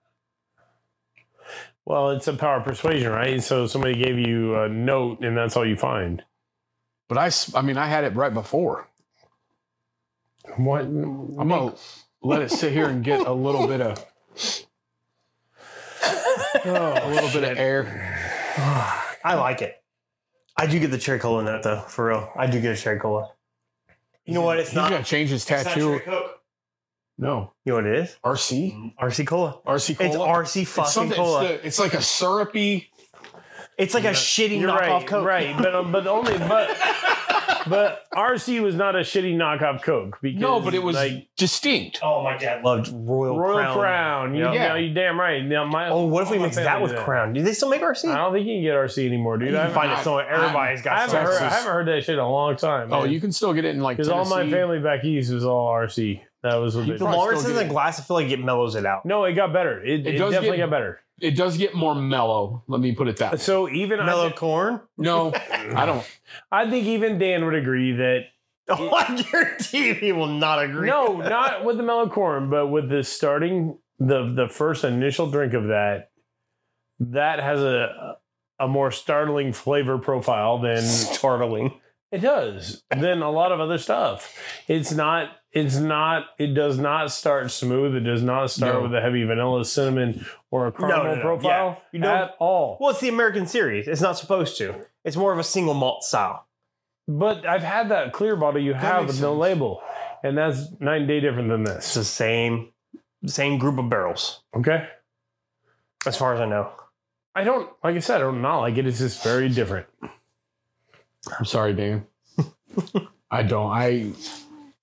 S1: Well, it's a power of persuasion, right? So somebody gave you a note, and that's all you find.
S2: But I, s- I mean, I had it right before.
S1: What?
S2: I'm gonna let it sit here and get a little bit <laughs> of a little bit of air.
S3: I like it. I do get the cherry cola in that though, for real. I do get a cherry cola. You know what? It's
S2: He's
S3: not,
S2: gonna change his
S3: it's not cherry
S2: tattoo.
S3: coke.
S2: No,
S3: You know what it is?
S2: RC,
S3: RC cola.
S2: RC cola.
S3: It's RC
S2: It's
S3: fucking
S2: something- it's
S3: cola. It's,
S2: the- it's like a syrupy.
S3: like a shitty
S1: You're
S3: knockoff
S1: right,
S3: coke.
S1: right? But um, but only but but RC was not a shitty knockoff Coke. Because,
S2: No, but it was
S1: like
S2: distinct.
S3: Oh, my dad loved Royal,
S1: Royal Crown.
S3: Crown.
S1: You,
S3: Yeah.
S1: yeah, you damn right. Now my
S3: Oh, what if we
S1: all my
S3: mix that
S1: family
S3: with
S1: did
S3: Crown? Do they still make RC?
S1: I don't think you can get RC anymore, dude.
S2: You
S1: I
S2: can
S1: haven't,
S3: find it somewhere. Everybody's got
S1: I haven't heard, I
S2: Texas.
S1: haven't heard that shit in a long time.
S2: Oh, you can still get it in like
S1: because all my
S2: Tennessee.
S1: family back east was all RC. That was what they
S3: The
S1: did.
S2: probably
S3: longer
S2: still
S3: it's in
S2: get
S3: the
S2: it.
S3: glass, I feel like it mellows it out.
S1: No, it got better. It,
S2: It
S1: it
S2: does
S1: definitely
S2: get-
S1: got better.
S2: It does get more mellow. Let me put it that. way.
S1: So even I,
S3: Mellow
S1: thi-
S3: corn? <laughs>
S1: <laughs>
S2: No, I don't.
S1: I think even Dan would agree that
S3: Oh, I guarantee you he will not agree.
S1: no, not with the mellow corn, but with the starting the the first initial drink of that, that has a a more startling flavor profile than
S3: startling.
S1: it does than a lot of other stuff. It's not. It's not. It does not start smooth. It does not start
S2: No.
S1: with a heavy vanilla, cinnamon, or a caramel
S3: no, no.
S1: profile
S3: Yeah. You don't-
S1: at all.
S3: Well, it's the American series. It's not supposed to. It's more of a single malt style.
S1: But I've had that clear bottle you have
S2: makes
S1: with no
S2: sense.
S1: label, and that's night and day different than
S3: It's
S1: this.
S3: the same, same group of barrels,
S1: Okay.
S3: as far as I know.
S1: I don't like I said. I don't not like it. It's just very different.
S2: I'm sorry,
S1: <laughs>
S2: Dan. I don't. I.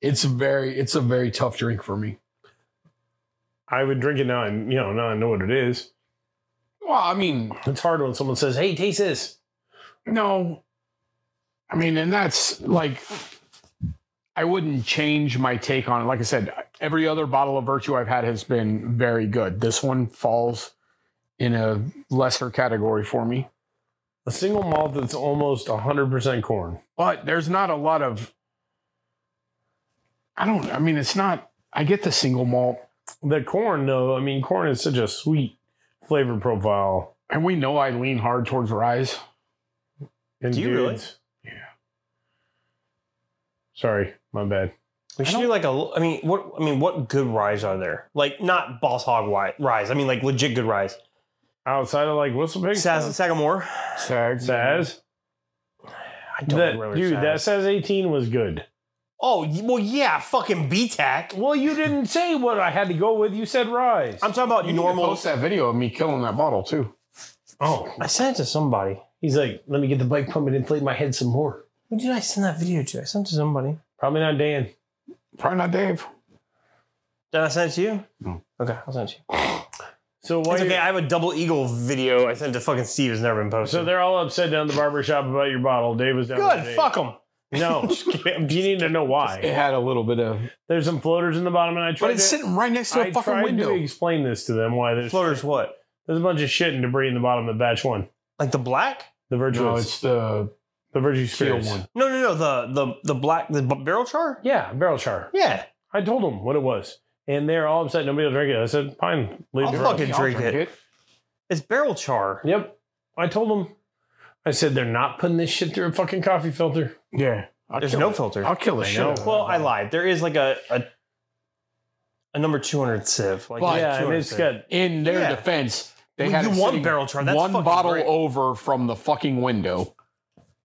S2: It's very. It's a very tough drink for me.
S1: I would drink it now, and you know now I know what it is.
S2: Well, I mean,
S1: It's hard when someone says, "Hey, taste this."
S2: no. I mean, and that's like. I wouldn't change my take on it. Like I said, every other bottle of virtue I've had has been very good. This one falls in a lesser category for me.
S1: A single malt that's almost hundred percent corn.
S2: but there's not a lot of i don't i mean it's not i get the single malt
S1: The corn, though, I mean, corn is such a sweet flavor profile.
S2: and we know i lean hard towards rise
S1: in
S3: Do you really?
S1: Yeah. Sorry, my bad.
S3: We should do like a. I mean, what? I mean, what good ryes are there? Like not Boss Hog wi- ryes. I mean, like legit good ryes.
S1: Outside of like whistle pig,
S3: Saz, Sagamore.
S2: sag
S1: Saz?
S3: I don't
S1: That,
S3: remember
S1: dude,
S3: Saz.
S1: that Saz eighteen was good.
S3: Oh y- well, yeah, fucking BTAC.
S1: Well, you didn't say what I had to go with. You said rise.
S3: I'm talking about
S2: you normal
S3: normal.
S2: post that video of me killing that bottle too
S1: oh,
S3: I sent it to somebody.
S1: he's like, let me get the bike pump and inflate my head some more.
S3: Who did I send that video to? I sent it to somebody.
S1: Probably not Dan.
S2: probably not dave
S3: Did I send it to you?
S2: No.
S3: Okay, I'll send it to you.
S1: So why?
S3: It's okay. I have a double eagle video I sent to fucking Steve. It's never been posted.
S1: So they're all upset down at the barber shop about your bottle. Dave was down. with
S3: good.
S1: Dave.
S3: Fuck them.
S1: <laughs> No, you need to know
S2: it
S1: why.
S2: had a little bit of
S1: There's some floaters in the bottom, and I tried.
S2: but it's
S1: to,
S2: sitting right next to a
S1: I
S2: fucking
S1: tried
S2: window
S1: to explain this to them why there's
S3: Floaters. What?
S1: there's a bunch of shit and debris in the bottom of batch one.
S3: Like the black?
S1: The virtuous,
S2: no it's the
S1: the virtue
S2: teal
S1: spirits.
S2: one
S3: No, no, no. The the the black the b- barrel char.
S1: Yeah, barrel char.
S3: Yeah.
S1: I told them what it was, and they're all upset. Nobody will drink it. I said, fine, leave
S3: I'll
S1: it.
S3: fucking drink it. It's barrel char.
S1: Yep. I told them. I said they're not putting this shit through a fucking coffee filter.
S2: yeah I'll
S3: There's
S2: kill
S3: no
S2: it.
S3: filter.
S2: i'll kill the shit out of
S3: Well,
S2: that
S3: I
S2: bottle.
S3: lied. There is like a a, a number two hundred sieve. Like
S2: But-
S3: a
S1: yeah, and
S3: 200
S1: it's
S3: sieve.
S1: got
S2: in their
S3: Yeah.
S2: defense they
S3: Well,
S2: had
S3: you
S2: it
S3: want
S2: sitting
S3: barrel char. That's
S2: one
S3: fucking
S2: bottle
S3: great.
S2: over from the fucking window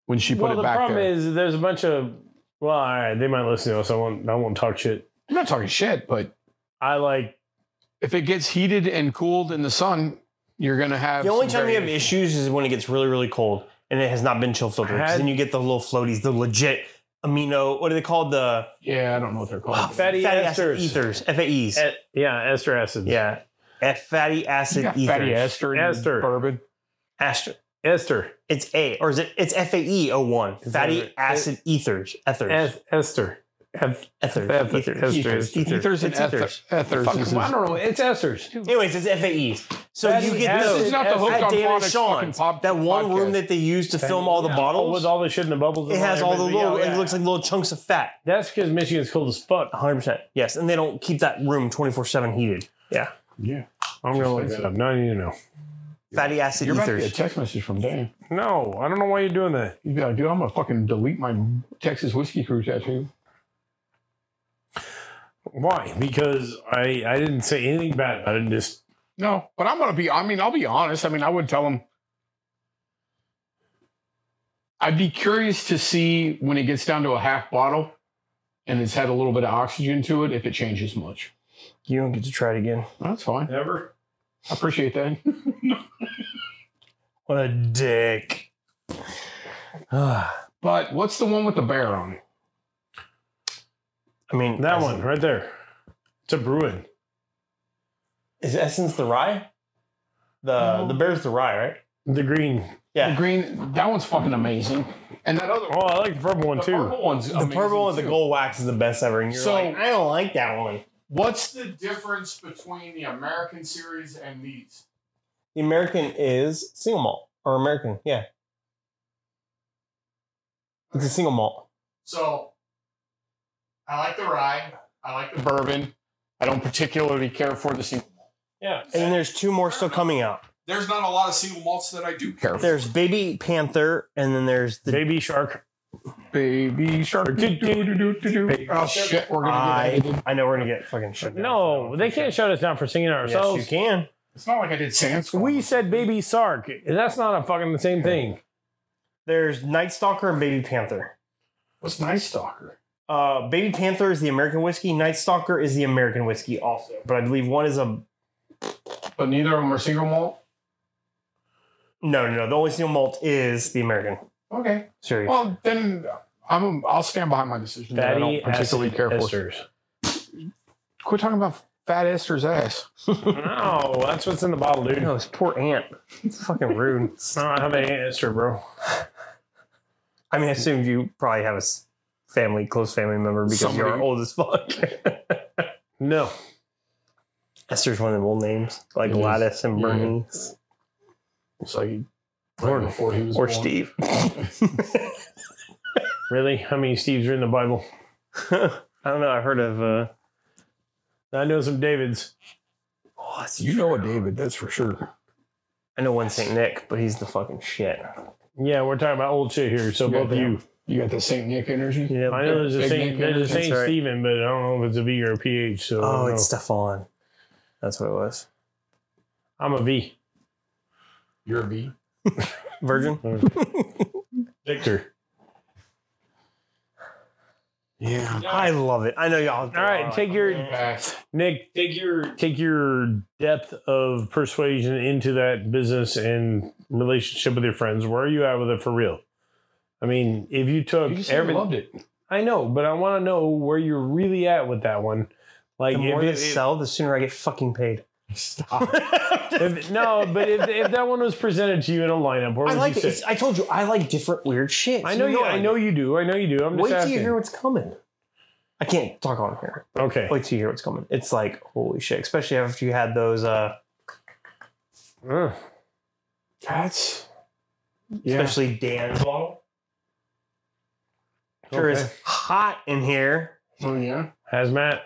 S2: when she put
S1: well,
S2: it
S1: the
S2: back
S1: problem
S2: there.
S1: is there's a bunch of well, all right, they might listen to us. I won't. I won't talk shit.
S2: I'm not talking shit, but
S1: I like
S2: if it gets heated and cooled in the sun, you're gonna have
S3: The only
S2: some
S3: time you have
S2: variation.
S3: issues is when it gets really really cold and it has not been chill filtered. 'Cause
S1: Had-
S3: Then you get the little floaties, the legit amino. What are they called? The
S2: Yeah, I don't know what they're called.
S1: fatty, esters.
S3: ethers, FAEs.
S1: E- yeah, ester acids.
S3: yeah, F- fatty
S2: You
S3: acid
S2: got
S3: ethers.
S2: fatty ester, in
S1: Ester.
S2: bourbon.
S3: Aster.
S1: ester,
S3: It's A, or is it? It's FAE 01.
S1: Is
S3: Fatty
S1: that right?
S3: acid ethers. Ethers.
S1: Es- ester. Eth-
S3: Ether.
S1: Eth-
S3: Ether.
S1: esters.
S3: Ether.
S2: Ethers and
S3: It's ethers.
S2: eth- ethers.
S1: Fuck,
S2: is-
S1: I don't know. It's esters.
S3: Anyways, it's FAE. So
S1: That
S3: you
S1: is-
S3: get
S1: that
S3: those.
S2: This is not the
S1: Eth-
S2: hooked
S3: at
S2: on
S3: Dan and
S2: phonics
S3: Sean,
S2: fucking pop.
S3: that one
S2: podcast.
S3: room that they use to film all the
S1: Yeah.
S3: bottles.
S1: with all the shit in the bubbles.
S3: it
S1: and
S3: has all the
S1: everything.
S3: little.
S1: Yeah,
S3: It looks like little chunks of fat.
S1: that's because Michigan's cold as fuck.
S3: 100. percent Yes, and they don't keep that room 24 seven heated.
S2: Yeah.
S1: I'm gonna look that up. Now you know.
S3: Fatty acid
S2: You're about to get a
S3: ethers.
S2: text message from Dan.
S1: No, I don't know why you're doing that.
S2: You'd be like, dude, I'm going to fucking delete my Texas Whiskey Crew tattoo.
S1: Why? Because I I didn't say anything bad about it. Just
S2: No, but I'm going to be, I mean, I'll be honest. I mean, I would tell him. I'd be curious to see when it gets down to a half bottle and it's had a little bit of oxygen to it if it changes much.
S3: You don't get to try it again.
S2: That's fine.
S1: ever.
S2: I appreciate that.
S3: What a dick. <sighs> Ah,
S2: But what's the one with the bear on it?
S3: I mean
S1: That one right there. It's a Bruin.
S3: is essence the rye. The
S1: Um,
S3: the bear's the rye, right?
S1: The green.
S2: The
S3: Yeah.
S2: green, that one's fucking amazing. And that other
S1: Oh, I like the purple one
S2: the
S1: too.
S2: purple one's
S3: The purple one with the gold wax is the best ever. And you're
S2: So-
S3: like, I don't like that one.
S2: What's the difference between the American series and these?
S3: The American is single malt or American, yeah. It's a single malt.
S2: So I like the rye. I like the bourbon. I don't particularly care for the single malt.
S1: Yeah.
S3: And then there's two more still coming out.
S2: There's not a lot of single malts that I do care
S3: There's Baby Panther, and then there's the
S1: Baby shark.
S2: Baby shark. Oh shit, we're gonna get
S3: I know we're gonna get fucking shut down.
S1: No, they can't shut us down for singing
S3: Yes, you
S1: ourselves.
S3: can.
S2: It's not like I did Sandstorm.
S1: we said baby Sark. That's not a fucking the same thing.
S3: There's Night Stalker and Baby Panther.
S2: What's Night Stalker?
S3: Uh, Baby Panther is the American whiskey. Night Stalker is the American whiskey also, but I believe one is a
S2: But neither of them are single malt.
S3: no, no, no. The only single malt is the American.
S2: Okay.
S3: Serious.
S2: Well then I'm I'll stand behind my decision. that I
S1: Fatty
S2: don't particularly
S1: acid
S2: care for.
S1: esters.
S2: Quit talking about Fat Esther's ass.
S1: No, that's what's in the bottle, dude.
S3: <laughs> no, it's poor aunt. It's fucking rude.
S1: I don't have any answer, bro.
S3: I mean, I assume you probably have a s- family, close family member because you're
S2: Somebody.
S3: old as fuck. <laughs>
S1: No.
S3: Esther's one of the old names, like
S2: It is.
S3: Gladys and
S2: Yeah.
S3: Bernice
S2: It's like
S1: Or-
S2: before he was
S3: or
S2: born.
S3: Steve. <laughs>
S1: Really? How many Steves are in the Bible?
S3: I don't know. I heard of. Uh,
S1: uh, I know some Davids.
S3: oh, that's
S2: You know a David, that's for sure.
S3: I know one Saint Nick, but he's the fucking shit.
S1: Yeah, we're talking about old shit here. So
S2: Yeah,
S1: both of you.
S2: You got the Saint Nick energy.
S3: Yeah.
S1: I know there's a
S2: Big
S1: Saint,
S2: Nick
S1: there's a
S2: Anderson,
S1: Saint
S3: sorry.
S1: Stephen, but I don't know if it's a V or a PH. So I
S3: Oh,
S1: don't
S3: it's
S1: know.
S3: Stefan. That's what it was.
S1: I'm a
S3: <laughs>
S1: V.
S2: You're a V.
S3: Virgin.
S1: Victor.
S2: Yeah.
S3: I love it. I know y'all.
S1: All right, take your
S2: Pass.
S1: Nick. Oh, Take your take your depth of persuasion into that business and relationship with your friends. Where are you at with it for real? I mean, if you took
S2: You just
S1: every,
S2: loved it.
S1: I know, but I want to know where you're really at with that one. Like,
S3: The
S1: if
S3: more
S1: it-
S3: you
S1: it-
S3: sell, the sooner I get fucking paid. <laughs>
S2: Stop.
S1: if- no, but if, if that one was presented to you in a lineup, where
S3: I
S1: would
S3: like
S1: you
S3: it.
S1: sit?
S3: It's- I told you I like different weird shit.
S1: I
S3: So
S1: know you.
S3: I
S1: I
S3: do.
S1: know you do. I know you do. I'm
S3: Wait
S1: just
S3: till you
S1: asking.
S3: hear what's coming. I can't talk on here.
S1: okay.
S3: Wait till you hear what's coming. It's like holy shit, especially after you had those. uh
S1: Ugh.
S2: That's yeah.
S3: Especially Dan's bottle. Sure
S1: Okay.
S3: is hot in here.
S2: Oh yeah.
S1: Hazmat.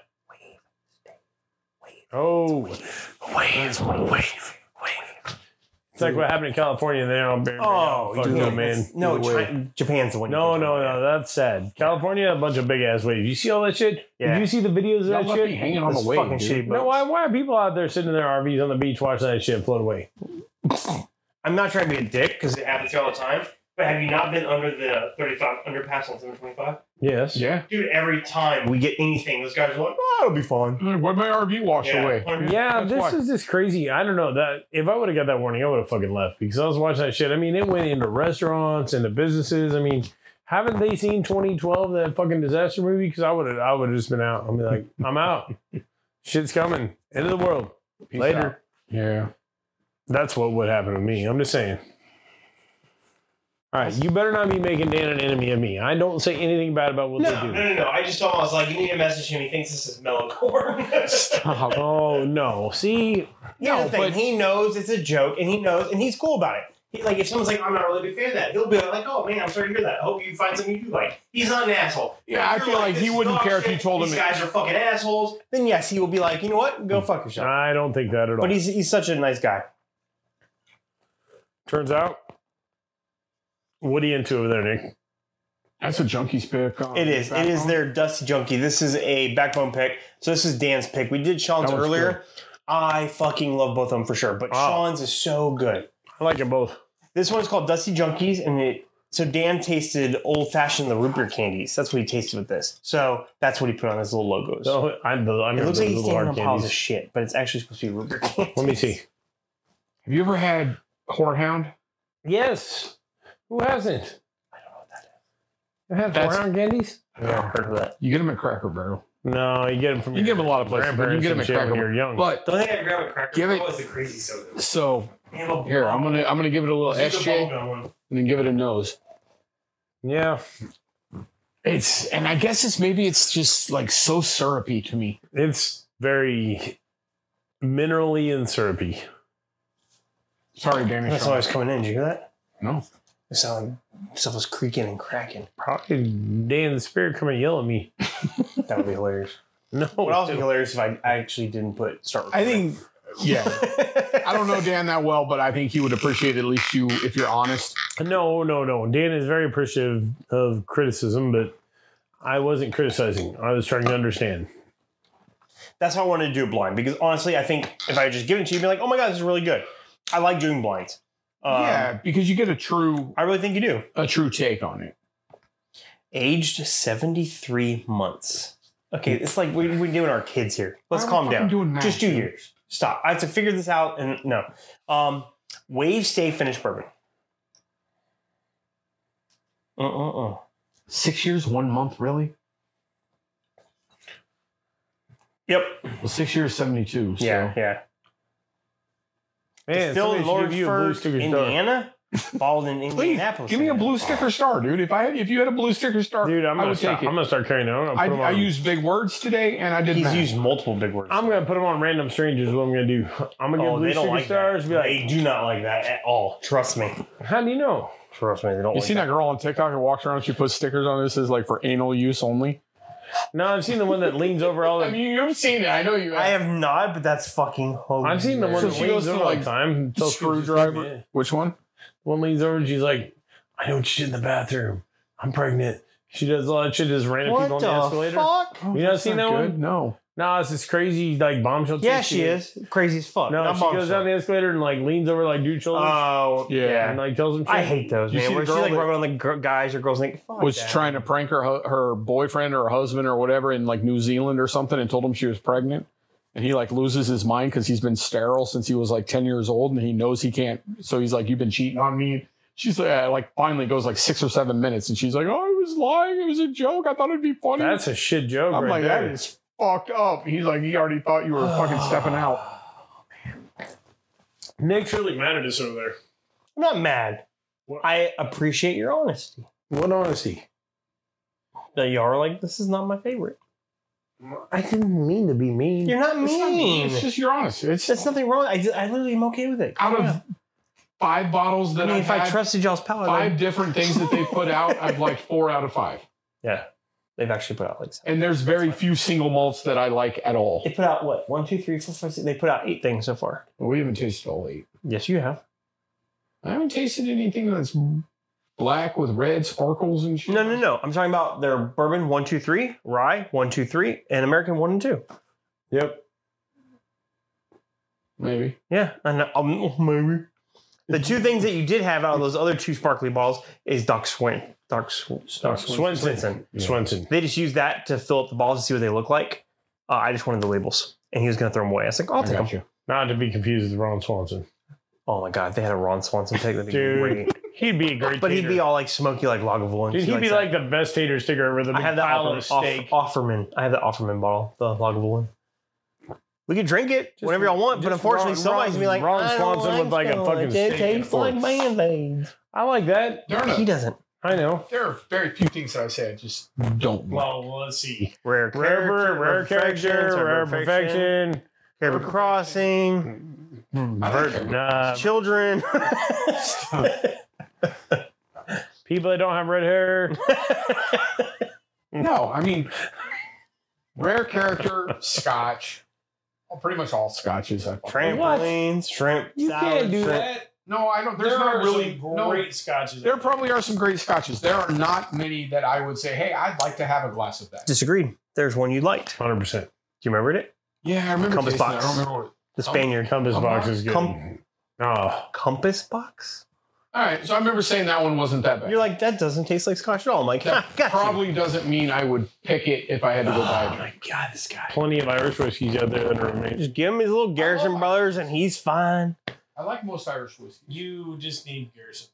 S1: Oh, wave, wave, wave. It's like what happened in California. They all buried.
S3: Oh,
S1: fuck
S3: dude.
S1: no, man.
S3: No,
S1: Either way.
S3: Chi- Japan's the one. you
S1: No,
S3: can talk
S1: no,
S3: about.
S1: no. That's sad. California, a bunch of big ass waves. You see all that shit?
S3: Yeah.
S1: Did you see the videos of
S2: Y'all
S1: that
S2: left me
S1: shit?
S2: hanging on the
S3: Those
S2: way.
S3: fucking shitty
S1: No,
S3: boats.
S1: why, why are people out there sitting in their RVs on the beach watching that shit float away?
S3: I'm not trying to be a dick because it happens here all the time. But have you not been under the 35 underpass on 725?
S1: Yes.
S2: Yeah.
S3: Dude, every time we get anything, those guys are like, "Oh, it'll be fine."
S2: What my RV wash
S3: Yeah,
S2: away?
S3: 100.
S1: Yeah,
S2: That's
S1: this
S2: why.
S1: is just crazy. I don't know that if I would have got that warning, I would have fucking left because I was watching that shit. I mean, it went into restaurants into businesses. I mean, haven't they seen 2012 that fucking disaster movie? Because I would have, I would have just been out. I'm like, I'm
S2: <laughs>
S1: out. Shit's coming. End of the world.
S2: Peace
S1: Later.
S2: out. Yeah.
S1: That's what would happen to me. I'm just saying. All right, you better not be making Dan an enemy of me. I don't say anything bad about what
S7: No.
S1: they do.
S3: No, no, no. I just told him, I was like, you need to message him. He thinks this is mellow corn. <laughs>
S2: Stop.
S1: Oh no! See,
S3: yeah, the thing.
S2: but-
S3: he knows it's a joke and he knows and he's cool about it. He, like, if someone's like, I'm not really a big fan of that, he'll be like, oh man, I'm sorry to hear that. I hope you find something you do like. He's not an asshole.
S2: Yeah, I
S3: You're
S2: feel like
S3: "This
S2: he
S3: is
S2: wouldn't
S3: dog
S2: care if you
S3: shit.
S2: told him
S3: These
S2: it-
S3: guys are fucking assholes. Then yes, he will be like, you know what? Go fuck yourself.
S1: I don't think that at all.
S3: But he's, he's such a nice guy.
S1: Turns out, what are you into over there, Nick?
S2: That's a junkies pick. on
S3: It is. It is
S2: Backbone.
S3: their dusty junkie. This is a backbone pick. So this is Dan's pick. We did Sean's
S2: That one's
S3: earlier.
S2: good.
S3: I fucking love both of them for sure. But
S1: Wow.
S3: Sean's is so good.
S1: I like them both.
S3: This one's called Dusty Junkies, and it so Dan tasted old fashioned the root beer candies. That's what he tasted with this. So that's what he put on his little logos.
S1: So I, the, Oh, I
S3: it
S1: remember
S3: looks
S1: those
S3: like he's
S1: little
S3: standing
S1: hard
S3: on piles of
S1: candies.
S3: shit, but it's actually supposed to be root beer candies.
S1: Let me
S3: <laughs>
S1: see.
S2: Have you ever had whorehound?
S1: Yes. Who hasn't? I don't know what that is. You have
S2: That's-
S1: brown candies?
S3: I've never heard of that.
S2: You get them at Cracker Barrel.
S1: No, you get them from
S2: You get them a lot of places, but you
S1: grandparents
S2: get them
S1: and
S2: at
S1: shit
S2: Cracker
S1: when you're
S2: Barrel.
S1: young.
S2: But
S3: The only thing I grab a cracker
S2: Give it-
S3: was the crazy soda.
S2: so
S3: And a-
S2: here, I'm gonna I'm gonna give it a little
S3: It's a
S2: SJ
S3: bubblegum one.
S2: and then give it a nose.
S1: yeah,
S2: It's and I guess it's maybe it's just like so syrupy to me.
S1: it's very minerally and syrupy.
S2: Sorry, Danny.
S3: That's
S2: Shaw.
S3: always coming in. Did you hear that?
S2: No.
S3: It sounded like stuff was creaking and cracking.
S1: Probably Dan the Spirit coming to yell at me.
S3: That would be hilarious.
S1: No.
S3: Would also be hilarious if I actually didn't put start.
S2: I think yeah. <laughs>
S3: recording.
S2: I don't know Dan that well, but I think he would appreciate at least you if you're honest.
S1: <laughs> No, no, no. Dan is very appreciative of criticism, but I wasn't criticizing. I was trying to understand.
S3: That's why I wanted to do it blind because honestly, I think if I had just given it to you, you'd be like, oh my god, this is really good. I like doing blinds. Um,
S2: yeah, because you get a true
S3: I really think you do.
S2: a true take on it.
S3: Aged seventy three months. Okay, it's like we, we're doing our kids here. Let's
S2: Why are we
S3: calm
S2: fucking
S3: down.
S2: doing math
S3: just do
S2: here?
S3: years. Stop. I have to figure this out. And no, um, wave stay finished bourbon. Uh uh uh.
S2: Six years, one month, really?
S3: Yep.
S2: Well, six years, seventy-two. So.
S3: Yeah. Yeah.
S1: Man,
S3: Still
S1: somebody
S3: in
S1: should give you a blue
S3: Lordford,
S1: sticker star.
S3: Indiana. Followed
S1: <laughs>
S3: in
S2: Please
S3: Indianapolis.
S2: give me a
S3: Indiana.
S2: blue sticker star, dude. If I if you had a blue sticker star,
S1: Dude, I'm
S2: I
S1: gonna
S2: would
S1: stop.
S2: take
S1: I'm
S2: it.
S1: gonna start carrying it. I'm gonna put
S2: I,
S1: 'em
S2: I
S1: on.
S2: used big words today, and I didn't.
S3: He's
S2: math.
S3: used multiple big words.
S1: I'm gonna put them on random strangers. Is what I'm gonna do. I'm gonna give
S3: Oh,
S1: blue
S3: they don't
S1: sticker
S3: like
S1: stars.
S3: that.
S1: Be like,
S3: they do not like that at all. Trust me.
S1: how do you know?
S3: Trust me, they don't
S2: You seen that girl on TikTok that walks around? She puts stickers on. This is like for anal use only.
S1: No, I've seen the one that leans over
S2: <laughs>
S1: all the.
S2: you've seen it. I know you.
S3: I have not, but that's fucking hilarious.
S1: I've seen the one
S2: So
S1: that
S2: she
S1: leans
S2: goes to,
S1: over all the
S2: like,
S1: time. and tells people she's
S2: screwdriver.
S1: pregnant.
S2: Which one?
S1: One leans over and she's like, "I don't shit in the bathroom. I'm pregnant." She does a lot of shit to just random
S3: What
S1: people on
S3: the
S1: the escalator.
S3: fuck?
S2: Oh,
S1: You not
S2: that's
S1: seen that one?
S2: No.
S1: Nah, it's this crazy like bombshell.
S3: Yeah,
S1: chick
S3: she is crazy as fuck.
S1: No,
S3: Not
S1: she
S3: bombshell.
S1: goes down the escalator and like leans over like dude shoulders
S3: Oh
S2: Yeah.
S3: yeah.
S1: and like tells him. Shit.
S3: I hate those
S2: You
S3: man.
S2: see the
S3: Where she's
S2: girl
S3: like
S2: that-
S3: rubbing on the gr- guys or girls like fuck
S2: was
S3: that.
S2: trying to prank her hu- her boyfriend or husband or whatever in like New Zealand or something and told him she was pregnant. And he like loses his mind because he's been sterile since he was like 10 years old and he knows he can't. So he's like, You've been cheating on me. She's like, uh, like finally goes like six or seven minutes and she's like, Oh, I was lying. It was a joke. I thought it'd be funny.
S1: That's a shit joke.
S2: I'm
S1: right
S2: like,
S1: there.
S2: That is fucked up. He's like, He already thought you were
S3: <sighs>
S2: fucking stepping out.
S1: Nick's really mad at us over there.
S3: I'm not mad. I appreciate your honesty.
S1: What honesty?
S3: That you are like, this is not my favorite.
S1: I didn't mean to be mean.
S3: You're not
S2: It's, not mean.
S3: mean.
S2: it's just, you're honest. It's
S3: There's nothing wrong. I, I literally am okay with it.
S2: out of five bottles
S3: I
S2: that
S3: mean, if I
S2: had,
S3: trusted y'all's palate,
S2: five different things that they put out, I've like four out of five.
S3: they've actually put out like.
S2: And there's very few single malts that I like at all.
S3: They put out what? One, two, three, four, five, six. They put out eight things so far.
S2: We haven't tasted all eight.
S3: Yes, you have.
S2: I haven't tasted anything that's black with red sparkles and shit.
S3: No, no, no. I'm talking about their bourbon one, two, three, rye one, two, three, and American one and two.
S1: Yep.
S2: Maybe.
S3: Yeah, and um, maybe the two things that you did have out of those other two sparkly balls is Doc Swin, Doc, Sw- Doc
S1: Swenson.
S3: Swenson.
S1: Swenson.
S3: They just use that to fill up the balls to see what they look like. Uh, I just wanted the labels, and he was gonna throw them away. I was like, I'll
S2: I
S3: take them.
S2: got you.
S1: Not to be confused with Ron Swanson.
S3: Oh my god, they had a Ron Swanson take that.
S1: Dude, he'd be a great
S3: but he'd be
S1: tater.
S3: all like smoky, like Lagavulin.
S1: Dude, he'd
S3: He likes
S1: be
S3: that.
S1: like the best tater sticker ever. The
S3: I have
S1: big
S3: the
S1: pile
S3: Offer-
S1: of steak.
S3: Off- Offerman. I have the Offerman bottle, the Lagavulin. We could drink it
S1: Just
S3: whenever y'all want,
S1: just
S3: but unfortunately,
S1: Ron-
S3: somebody's gonna be like,
S1: Ron
S3: I don't
S1: Swanson looked like a
S3: spinach.
S1: fucking
S3: It
S1: steak
S3: tastes
S1: in a
S3: like
S1: fork."
S3: mayonnaise.
S1: I like that.
S2: There are,
S3: He
S2: no-
S3: doesn't.
S1: I know.
S2: there are very few things that I say I just don't like.
S1: Well, let's see.
S3: Rare,
S1: Rare, bird, rare character, rare perfection.
S3: River Crossing,
S1: Bird- uh,
S3: children. <laughs>
S1: people that don't have red hair.
S3: Mm.
S2: No, I mean, rare character scotch. Well, pretty much all scotches. I
S3: Trampolines, shrimp.
S1: You
S3: salad,
S1: can't do
S3: shrimp.
S1: that.
S2: No, I don't. There's
S1: there
S2: not
S1: are
S2: really
S1: some
S2: no-
S1: great scotches.
S2: There probably are some great scotches. There are not many that I would say, hey, I'd like to have a glass of that.
S3: Disagreed. There's one you liked.
S1: Hundred percent.
S3: Do you remember it?
S2: Yeah, I remember.
S3: Compass
S2: tasting that.
S3: box.
S2: I don't remember. What,
S3: The Spaniard.
S1: Compass
S2: Come
S1: box
S2: on.
S1: is good.
S3: Come-
S1: oh,
S3: Compass box?
S2: all right, so I remember saying that one wasn't that bad.
S3: You're like, that doesn't taste like scotch at all. I'm like, <laughs>
S2: that
S3: ha, got
S2: probably doesn't mean I would pick it if I had to go buy it.
S3: Oh God, this guy.
S1: plenty of Irish whiskeys out there that are amazing.
S3: Just give him his little Garrison
S1: Oh.
S2: love
S3: Brothers and he's fine.
S2: <sighs> I like most Irish whiskey.
S1: You just need Garrison.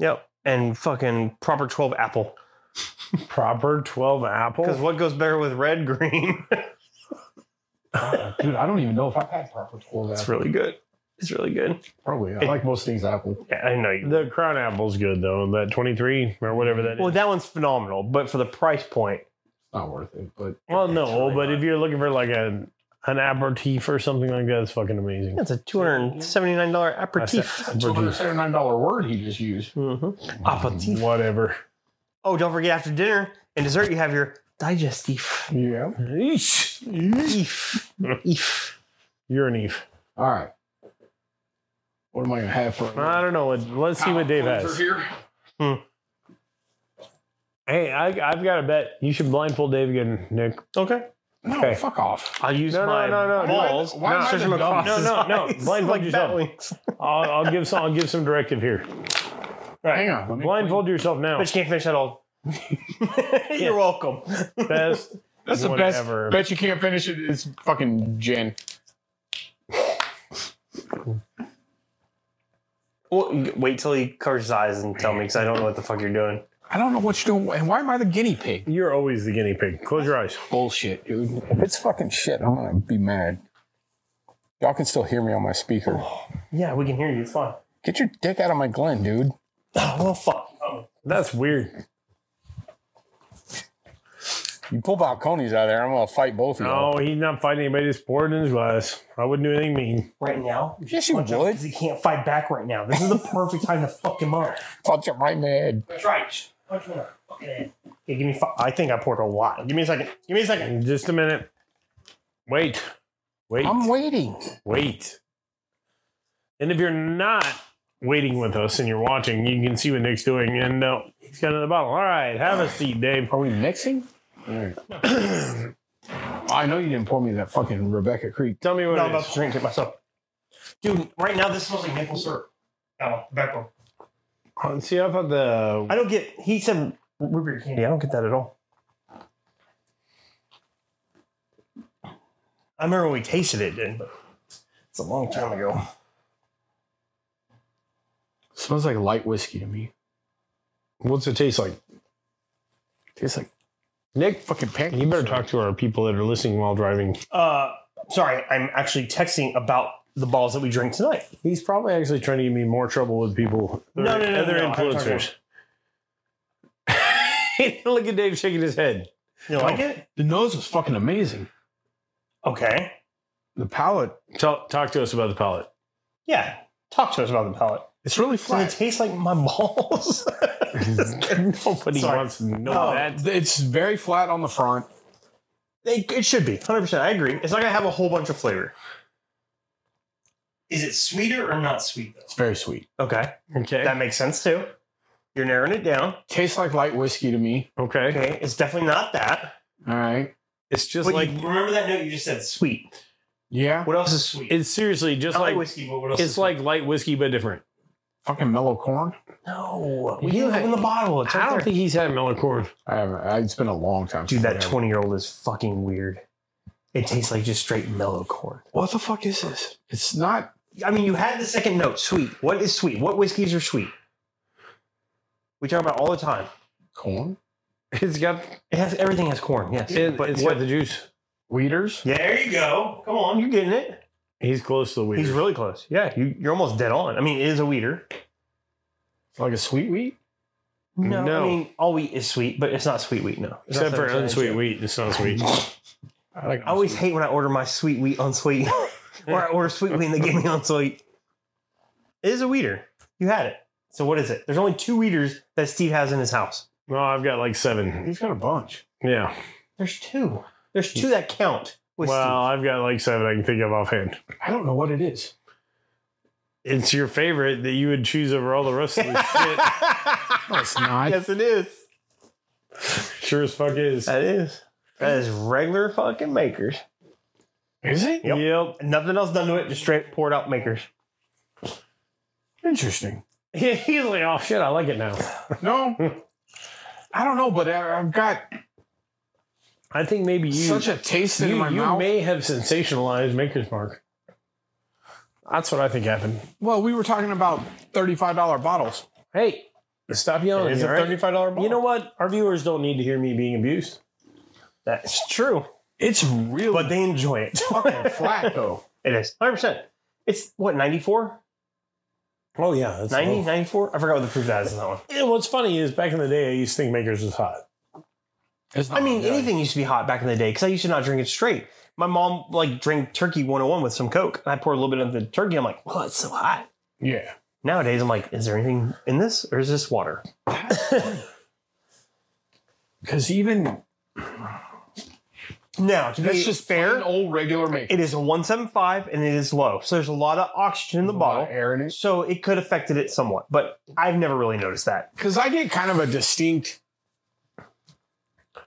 S3: Yep. And fucking proper 12 apple.
S1: <laughs> Proper twelve
S3: Because
S1: apple.
S3: what goes better with red <laughs> green?
S2: Dude, I don't even know if I've had proper 12
S3: it's
S2: apple.
S3: really good. It's really good.
S2: Probably. I
S3: It-
S2: like most things apple.
S3: Yeah, I know you.
S1: The Crown Apple's good though. That twenty three or whatever that is.
S3: well, that one's phenomenal, but for the price point,
S2: It's not worth it, but
S1: Well,
S3: It's
S1: no,
S3: really
S1: but
S3: not.
S1: if you're looking for like a an aperitif or something like that, it's fucking amazing.
S3: that's a $279 aperitif.
S1: That's
S2: that's a
S1: aperitif.
S2: $279 word he just used.
S1: Mm-hmm.
S3: Mhm. Aperitif.
S1: Whatever.
S3: Oh, don't forget after dinner and dessert, you have your digestif.
S2: Yeah.
S1: Eesh. <laughs>
S3: If. If.
S1: You're an Eve.
S2: All right. What am I going to have for
S1: I don't know. What, let's see what Dave has.
S2: Here.
S1: Hey, I, I've got a bet. You should blindfold Dave again, Nick.
S3: Okay.
S2: No,
S1: Okay.
S2: fuck off.
S3: I'll use
S1: No, no,
S3: my
S1: no, no, no.
S3: balls.
S2: Why am I- why am I
S3: Search
S2: the
S3: them across
S1: dumbest? No,
S3: <laughs>
S1: no, no.
S3: his eyes.
S1: Blindfold
S3: Like
S1: yourself.
S3: Batwings.
S1: I'll, I'll give some. I'll give some directive here.
S2: Hang on. Let me
S1: Blindfold yourself now.
S3: <laughs> But you can't finish
S1: <laughs>
S3: that all. You're welcome.
S1: Best.
S2: That's the
S1: Whatever.
S2: best. Bet you can't finish it. It's fucking gin.
S3: Well, you- wait till he covers his eyes and tell me because I don't know what the fuck you're doing.
S2: I don't know what you're doing. And why am I the guinea pig?
S1: You're always the guinea pig. Close your eyes.
S2: Bullshit, dude. If it's fucking shit, I'm going to be mad. Y'all can still hear me on my speaker.
S3: Yeah, we can hear you. It's fine.
S2: Get your dick out of my glen, dude.
S3: Oh, well, fuck.
S1: That's weird.
S2: You pull balconies out of there, I'm going to fight both of you.
S1: No, Oh, he's not fighting anybody. Just pour it in his glass. I wouldn't do anything mean.
S3: Right now?
S2: Yes, you would.
S3: Because he can't fight back right now. This is the perfect time to fuck him up.
S2: Punch him right in the head.
S3: That's right. Punch him in the fucking head. Okay, give me. Fi- I think I poured a lot. Give me a second. Give me a second.
S1: Just a minute. Wait. Wait.
S2: I'm waiting.
S1: wait. And if you're not waiting with us and you're watching, you can see what Nick's doing. And uh, he's got another bottle. All right, have a seat, Dave.
S2: Are we mixing? All right. <clears throat> I know you didn't pour me that fucking Rebecca Creek.
S1: Tell me what
S3: No, I'm
S1: it
S3: about
S1: is.
S3: to drink it myself. Dude, right now this smells like maple syrup. Oh, tobacco.
S1: Uh, See, I thought the
S3: I don't get. He said root beer candy. I don't get that at all. I remember when we tasted it, dude, but it's a long time ago.
S2: Smells like light whiskey to me.
S1: what's it taste like?
S2: Tastes like
S1: Nick,
S2: fucking pancakes.
S1: you better talk to our people that are listening while driving.
S3: Uh, sorry, I'm actually texting about the balls that we drink tonight.
S1: He's probably actually trying to give me more trouble with people.
S3: No, no, no, no,
S1: other
S3: no, I'm talking
S1: influencers. <laughs> Look at Dave shaking his head.
S3: You like it?
S2: The nose was fucking amazing.
S3: Okay.
S2: The palate,
S1: Talk, talk to us about the palate. <laughs>
S3: Yeah. Talk to us about the palate.
S2: it's really
S3: Does it
S2: flat.
S3: taste like my <laughs> balls?
S1: Nobody
S3: Sorry.
S1: wants to know
S3: No.
S1: that.
S2: It's very flat on the front.
S3: It, it should be. 100%. I agree. It's not going to have a whole bunch of flavor.
S6: Is it sweeter or not sweet though?
S2: It's very sweet.
S3: Okay.
S1: Okay.
S3: That makes sense too. You're narrowing it down.
S2: Tastes like light whiskey to me.
S1: okay.
S3: Okay. It's definitely not that.
S2: All right.
S1: It's just
S3: But
S1: like
S3: you-
S6: Remember that note you just said sweet.
S2: Yeah.
S6: What else is sweet?
S1: it's seriously Oh, just
S6: not like
S1: like
S6: whiskey, but what else?
S1: it's
S6: is
S1: like light whiskey but different.
S2: Fucking mellow corn.
S3: No. We
S1: Yeah.
S3: didn't open the bottle. It's
S1: I
S3: right
S1: don't
S3: there.
S1: think he's had melon corn.
S2: I haven't. I, it's been a long time.
S3: Dude,
S2: since
S3: that
S2: I had-
S3: 20 year old is fucking weird. It tastes like just straight mellow corn.
S2: What the fuck is this? It's not.
S3: I mean, you had the second note, sweet. What is sweet? What whiskeys are sweet? We talk about all the time.
S2: Corn?
S1: <laughs> It's got
S3: It has everything has corn, yes.
S1: it,
S3: but
S1: has
S3: what
S1: got the juice.
S2: Weeders.
S3: Yeah.
S6: There you go. Come on.
S3: You're getting it.
S1: He's close to the
S3: He's
S1: weed.
S3: really close. Yeah, you, you're almost dead on. I mean, it is a weeder.
S2: Like a sweet wheat.
S3: No,
S1: No.
S3: I mean, all wheat is sweet, but it's not sweet wheet. No, It's
S1: Except
S3: not
S1: for
S3: seven
S1: unsweet
S3: percent.
S1: wheat. It's not <laughs> sweet.
S2: I like.
S3: I always hate when I order my sweet <laughs> wheat unsweet, or I order sweet wheat
S1: <laughs>
S3: and they give me unsweet. It is a weeder. You had it. So what is it? There's only two weeders that Steve has in his house.
S1: No, I've got like seven.
S2: He's got a bunch.
S1: Yeah.
S3: There's two. There's two that count. With <laughs>
S1: Well, I've got like seven I can think of offhand.
S2: I don't know what it is.
S1: It's your favorite that you would choose over all the rest of
S3: Steve.
S1: this shit.
S3: <laughs>
S2: No, it's not.
S3: yes, it is.
S1: Sure as fuck is.
S3: That is. That is regular fucking makers.
S2: <laughs> Is it?
S3: Yep. Nothing else done to it. Just straight poured out makers.
S2: Interesting.
S1: He's like, oh shit, I like it now.
S2: No. I don't know, but I, I've got
S1: I think maybe you
S2: such a taste in
S1: you,
S2: my
S1: you
S2: mouth.
S1: may have sensationalized Maker's Mark. That's what I think happened.
S2: well, we were talking about thirty-five dollar bottles.
S1: Hey, stop yelling.
S3: Is
S1: all
S3: it
S1: right?
S3: thirty-five dollar bottle?
S1: You know what? Our viewers don't need to hear me being abused.
S3: that's true,
S2: It's really
S3: but they enjoy
S2: <laughs>
S3: it.
S2: fucking flat though.
S3: It is 100. percent It's what 94,
S1: Oh yeah, that's
S3: 90, 94. I forgot what the proof that is in that one.
S1: Yeah, what's funny is back in the day, I used to think Maker's was hot.
S2: It's
S3: I
S2: not
S3: mean,
S2: good.
S3: anything used to be hot back in the day because I used to not drink it straight. My mom like drank Turkey 101 with some Coke, and I poured a little bit of the turkey. I'm like, well, it's so hot.
S2: Yeah.
S3: Nowadays, I'm like, is there anything in this, or is this water?
S2: Because even
S3: No, to
S2: that's just fair. Old regular make.
S3: It is a 175, and it is low, so there's a lot of oxygen in the bottle,
S2: air in it.
S3: so it could affected it somewhat. But I've never really noticed that.
S2: because I get kind of a distinct,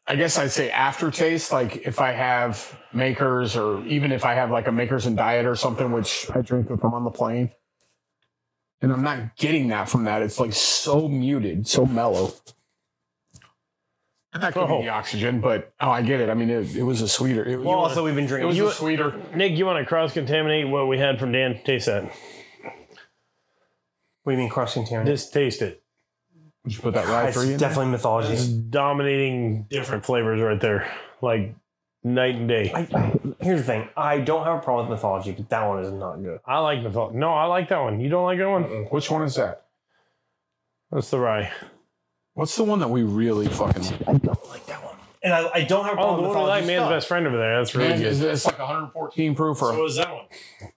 S2: I guess I'd say aftertaste. Like if I have makers, or even if I have like a makers and diet or something, which I drink if I'm on the plane, and I'm not getting that from that. It's like so muted, so mellow. And that could
S1: Oh.
S2: be the oxygen, but oh, I get it. I mean, it, it was a sweeter. It,
S3: Well, also we've been
S2: it
S3: drinking.
S2: was
S3: you-
S2: a sweeter.
S1: Nick, you want to cross contaminate what we had from Dan? Taste that.
S3: what do you mean cross contamination?
S1: Just taste it.
S2: Would you put that rye
S3: It's
S2: three in? there?
S3: definitely
S1: It's
S3: mythology.
S1: dominating different flavors right there, like night and day.
S3: I, I- here's the thing: I don't have a problem with mythology, but that one is not good.
S1: I like the thought. No, I like that one. You don't like that
S3: Uh,
S1: one?
S2: Which one is that?
S1: That's the rye.
S2: What's the one that we really fucking?
S3: And I, I don't have a
S1: Oh,
S3: problem
S1: the
S3: with
S1: one I like,
S3: mythology.
S1: man's
S3: stuff.
S1: best friend over there. That's really
S2: Man,
S1: good.
S2: it's it's like 114 proof or
S1: was that one?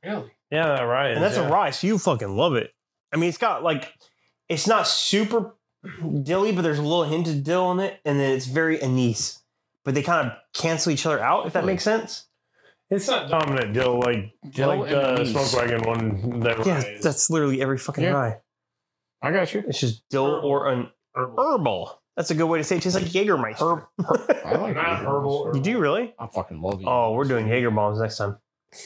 S2: really?
S1: Yeah, that rye.
S3: and that's a rye, so you fucking love it. I mean, it's got like, it's not super dilly, but there's a little hint of dill in it, and then it's very anise. But they kind of cancel each other out, if that makes sense.
S1: It's not dominant dill like like
S2: uh,
S1: the smoke wagon one. That
S3: Yeah,
S1: rye is.
S3: that's literally every fucking
S2: Yeah.
S3: rye.
S2: I got you.
S3: It's just dill or an herbal. That's a good way to say it. Tastes like Jägermeister.
S2: I like
S1: Not herbal.
S3: you do really?
S2: I fucking love you.
S3: Oh, we're doing Jaeger bombs next time.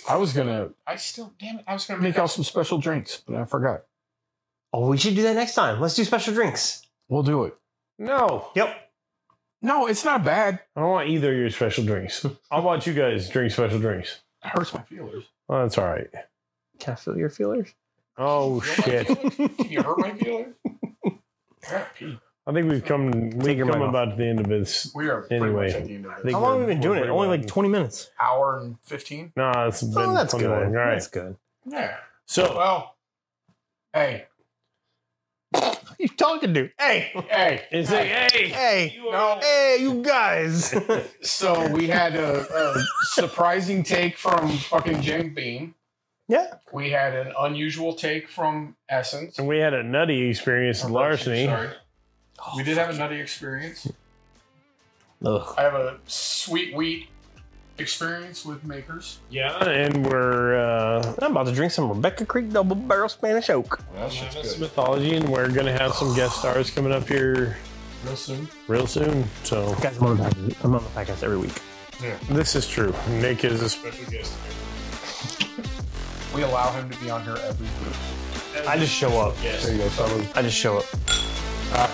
S2: I was gonna. I still. Damn it! I was gonna make out some special drinks, but I forgot.
S3: Oh, we should do that next time. Let's do special drinks.
S2: We'll do it.
S1: No,
S3: Yep.
S2: No, it's not bad.
S1: I don't want either of your special drinks. I want you guys drink special drinks.
S2: It hurts my feelers.
S1: Oh, that's all right.
S3: Can I feel your feelers? <laughs>
S1: Oh shit!
S2: you hurt my <laughs> feelers.
S1: I think we've come we've
S3: your
S1: come
S3: mic off.
S1: about to the end of this.
S2: We are pretty
S1: Anyway,
S2: much at the end of
S1: I
S2: it.
S1: think
S3: How long have
S1: we're-
S3: we been doing
S1: we're
S3: it? Only like
S1: about-
S3: 20 minutes.
S2: Hour and fifteen.
S1: Nah, it's been
S3: Oh, that's
S1: plenty
S3: good.
S1: long. All right.
S3: That's good.
S2: Yeah.
S1: So
S2: Well. Hey.
S3: What are you talking to? Hey,
S2: Hey.
S1: it's like, hey,
S3: hey,
S2: No.
S3: hey, you <laughs> guys.
S2: So we had a, a surprising take from fucking Jim Beam.
S3: Yeah.
S2: We had an unusual take from Essence.
S1: and we had a nutty
S3: Oh,
S1: experience with larceny.
S2: Sorry. We did have a nutty experience.
S3: Ugh.
S2: I have a sweet wheat experience with makers.
S1: Yeah, and we're uh,
S3: I'm about to drink some Rebecca Creek double barrel Spanish oak.
S2: Well, that
S1: Miss
S2: shit's good.
S1: mythology, and we're gonna have some guest stars coming up here
S2: Real soon.
S1: real soon. So
S3: Guys, I'm on the podcast, I'm on the podcast every week.
S1: this is true. Nick is a special guest.
S2: We allow him to be on here every week.
S3: I just show up.
S2: There you go, fellas.
S3: I just show up.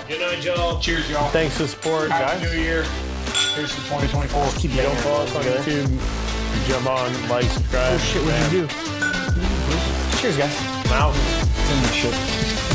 S1: Good night, y'all.
S2: Cheers, y'all.
S1: Thanks for the support,
S2: Happy
S1: guys.
S2: New Year. Here's to 2024.
S3: Keep
S1: Don't follow us on YouTube. Jump on, like,
S3: Oh,
S1: subscribe.
S3: Shit, what'd you do? Cheers, guys.
S1: Mouth.
S2: Send me shit.